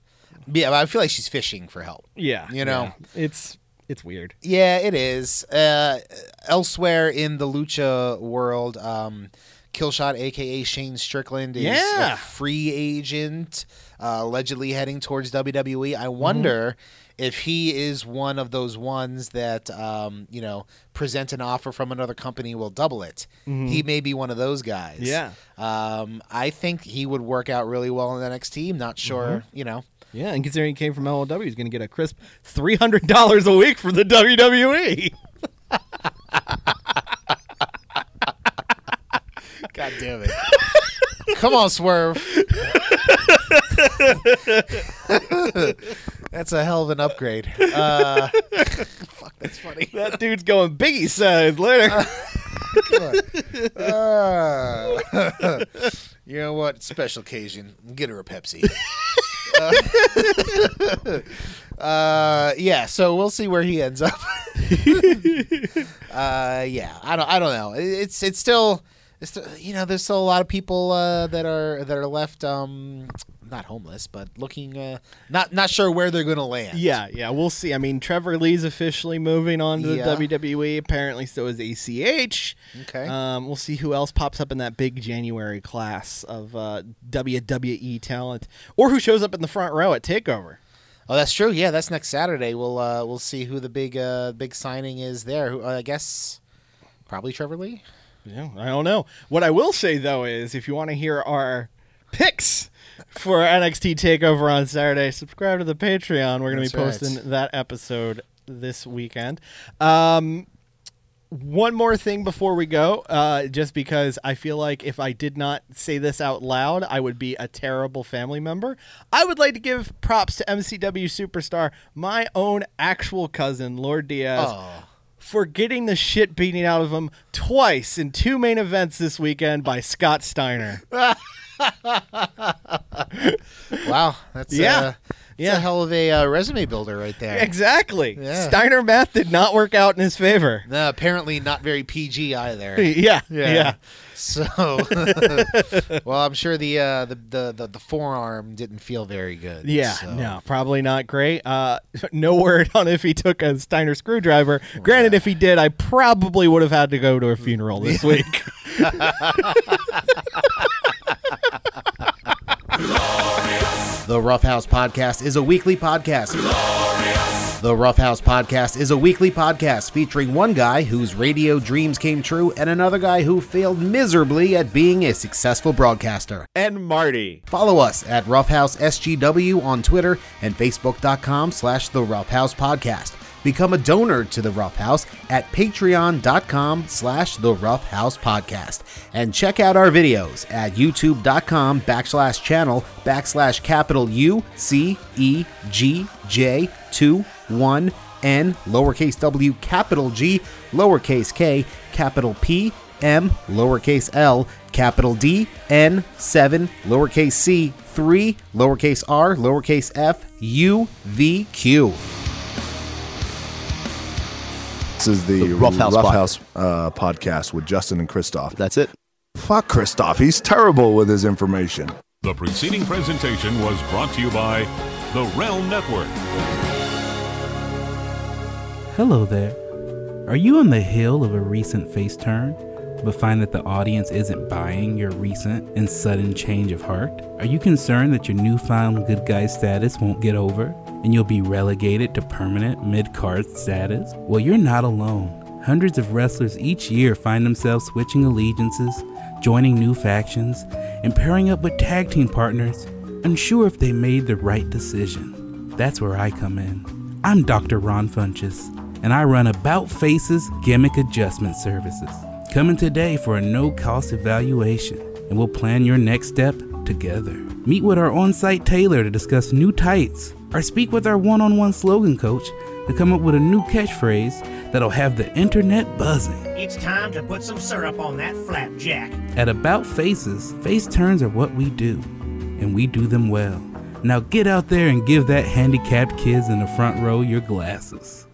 Speaker 9: yeah, but I feel like she's fishing for help.
Speaker 8: yeah,
Speaker 9: You know?
Speaker 8: yeah. it's it's weird.
Speaker 9: Yeah, it is. Uh, elsewhere in the lucha world, um, Killshot, aka Shane Strickland, is
Speaker 8: Yeah.
Speaker 9: a free agent, uh, allegedly heading towards WWE. I wonder if he is one of those ones that um, you know present an offer from another company will double it. He may be one of those guys.
Speaker 8: Mm-hmm. Yeah.
Speaker 9: Um, I think he would work out really well in NXT. I'm not sure.
Speaker 8: Mm-hmm.
Speaker 9: You know.
Speaker 8: Yeah, and considering he came from LLW, he's going to get a crisp three hundred dollars a week from the E. WWE.
Speaker 9: God damn it. Come on, Swerve. that's a hell of an upgrade. Uh, fuck, that's funny.
Speaker 8: that dude's going biggie size later.
Speaker 9: Uh, you know what? Special occasion. Get her a Pepsi. Uh, uh, yeah, so we'll see where he ends up. uh, yeah, I don't, I don't know. It's, it's still, it's the- you know, there's still a lot of people uh, that are that are left um, not homeless, but looking uh, not not sure where they're going to land.
Speaker 8: Yeah, yeah, we'll see. I mean, Trevor Lee's officially moving on to
Speaker 9: Yeah.
Speaker 8: the WWE. Apparently, so is ACH.
Speaker 9: Okay.
Speaker 8: Um, we'll see who else pops up in that big January class of uh, WWE talent, or who shows up in the front row at Takeover.
Speaker 9: Oh, that's true. Yeah, that's next Saturday. We'll uh, we'll see who the big uh, big signing is there. Who, uh, I guess probably Trevor Lee.
Speaker 8: Yeah, I don't know. What I will say though is, if you want to hear our picks for NXT Takeover on Saturday, subscribe to the Patreon. We're going to
Speaker 9: That's
Speaker 8: be
Speaker 9: right.
Speaker 8: posting that episode this weekend. Um, one more thing before we go, uh, just because I feel like if I did not say this out loud, I would be a terrible family member. I would like to give props to MCW superstar, my own actual cousin, Lord Diaz, for getting the shit beating out of him twice in two main events this weekend by Scott Steiner.
Speaker 9: Wow, that's
Speaker 8: Yeah.
Speaker 9: uh, that's
Speaker 8: Yeah.
Speaker 9: a hell of a uh, resume builder right there.
Speaker 8: exactly.
Speaker 9: Yeah.
Speaker 8: Steiner math did not work out in his favor.
Speaker 9: No, apparently not very PG either.
Speaker 8: Yeah, yeah.
Speaker 9: So, well, I'm sure the, uh, the the the the forearm didn't feel very good.
Speaker 8: Yeah,
Speaker 9: so.
Speaker 8: no, probably not great. Uh, no word on if he took a Steiner screwdriver. Granted, if he did, I probably would have had to go to a funeral this week.
Speaker 3: The Roughhouse Podcast is a weekly podcast. The Roughhouse Podcast is a weekly podcast featuring one guy whose radio dreams came true and another guy who failed miserably at being a successful broadcaster.
Speaker 10: And Marty.
Speaker 3: Follow us at Roughhouse SGW on Twitter and Facebook.com slash The Roughhouse Podcast. Become a donor to The Rough House at patreon.com slash The Rough House Podcast. And check out our videos at youtube.com backslash channel backslash capital U C E G J 2 1 N lowercase w capital G lowercase k capital P M lowercase L capital D N 7 lowercase c 3 lowercase r lowercase f u v q.
Speaker 11: This is the,
Speaker 10: The Rough House
Speaker 11: Rough
Speaker 10: Pod-
Speaker 11: House, uh, podcast with Justin and Christoph.
Speaker 10: That's it.
Speaker 11: Fuck Christoph. He's terrible with his information.
Speaker 1: The preceding presentation was brought to you by the Realm Network.
Speaker 5: Hello there. Are you on the hill of a recent face turn, but find that the audience isn't buying your recent and sudden change of heart? Are you concerned that your newfound good guy status won't get over and you'll be relegated to permanent mid card status? Well, you're not alone. Hundreds of wrestlers each year find themselves switching allegiances, joining new factions, and pairing up with tag team partners, unsure if they made the right decision. That's where I come in. I'm Dr. Ron Funches, and I run About Faces Gimmick Adjustment Services. Come in today for a no cost evaluation, and we'll plan your next step together. Meet with our on site tailor to discuss new tights, or speak with our one on one slogan coach to come up with a new catchphrase that'll have the internet buzzing.
Speaker 10: It's time to put some syrup on that flapjack.
Speaker 5: At About Faces, face turns are what we do, and we do them well. Now get out there and give that handicapped kids in the front row your glasses.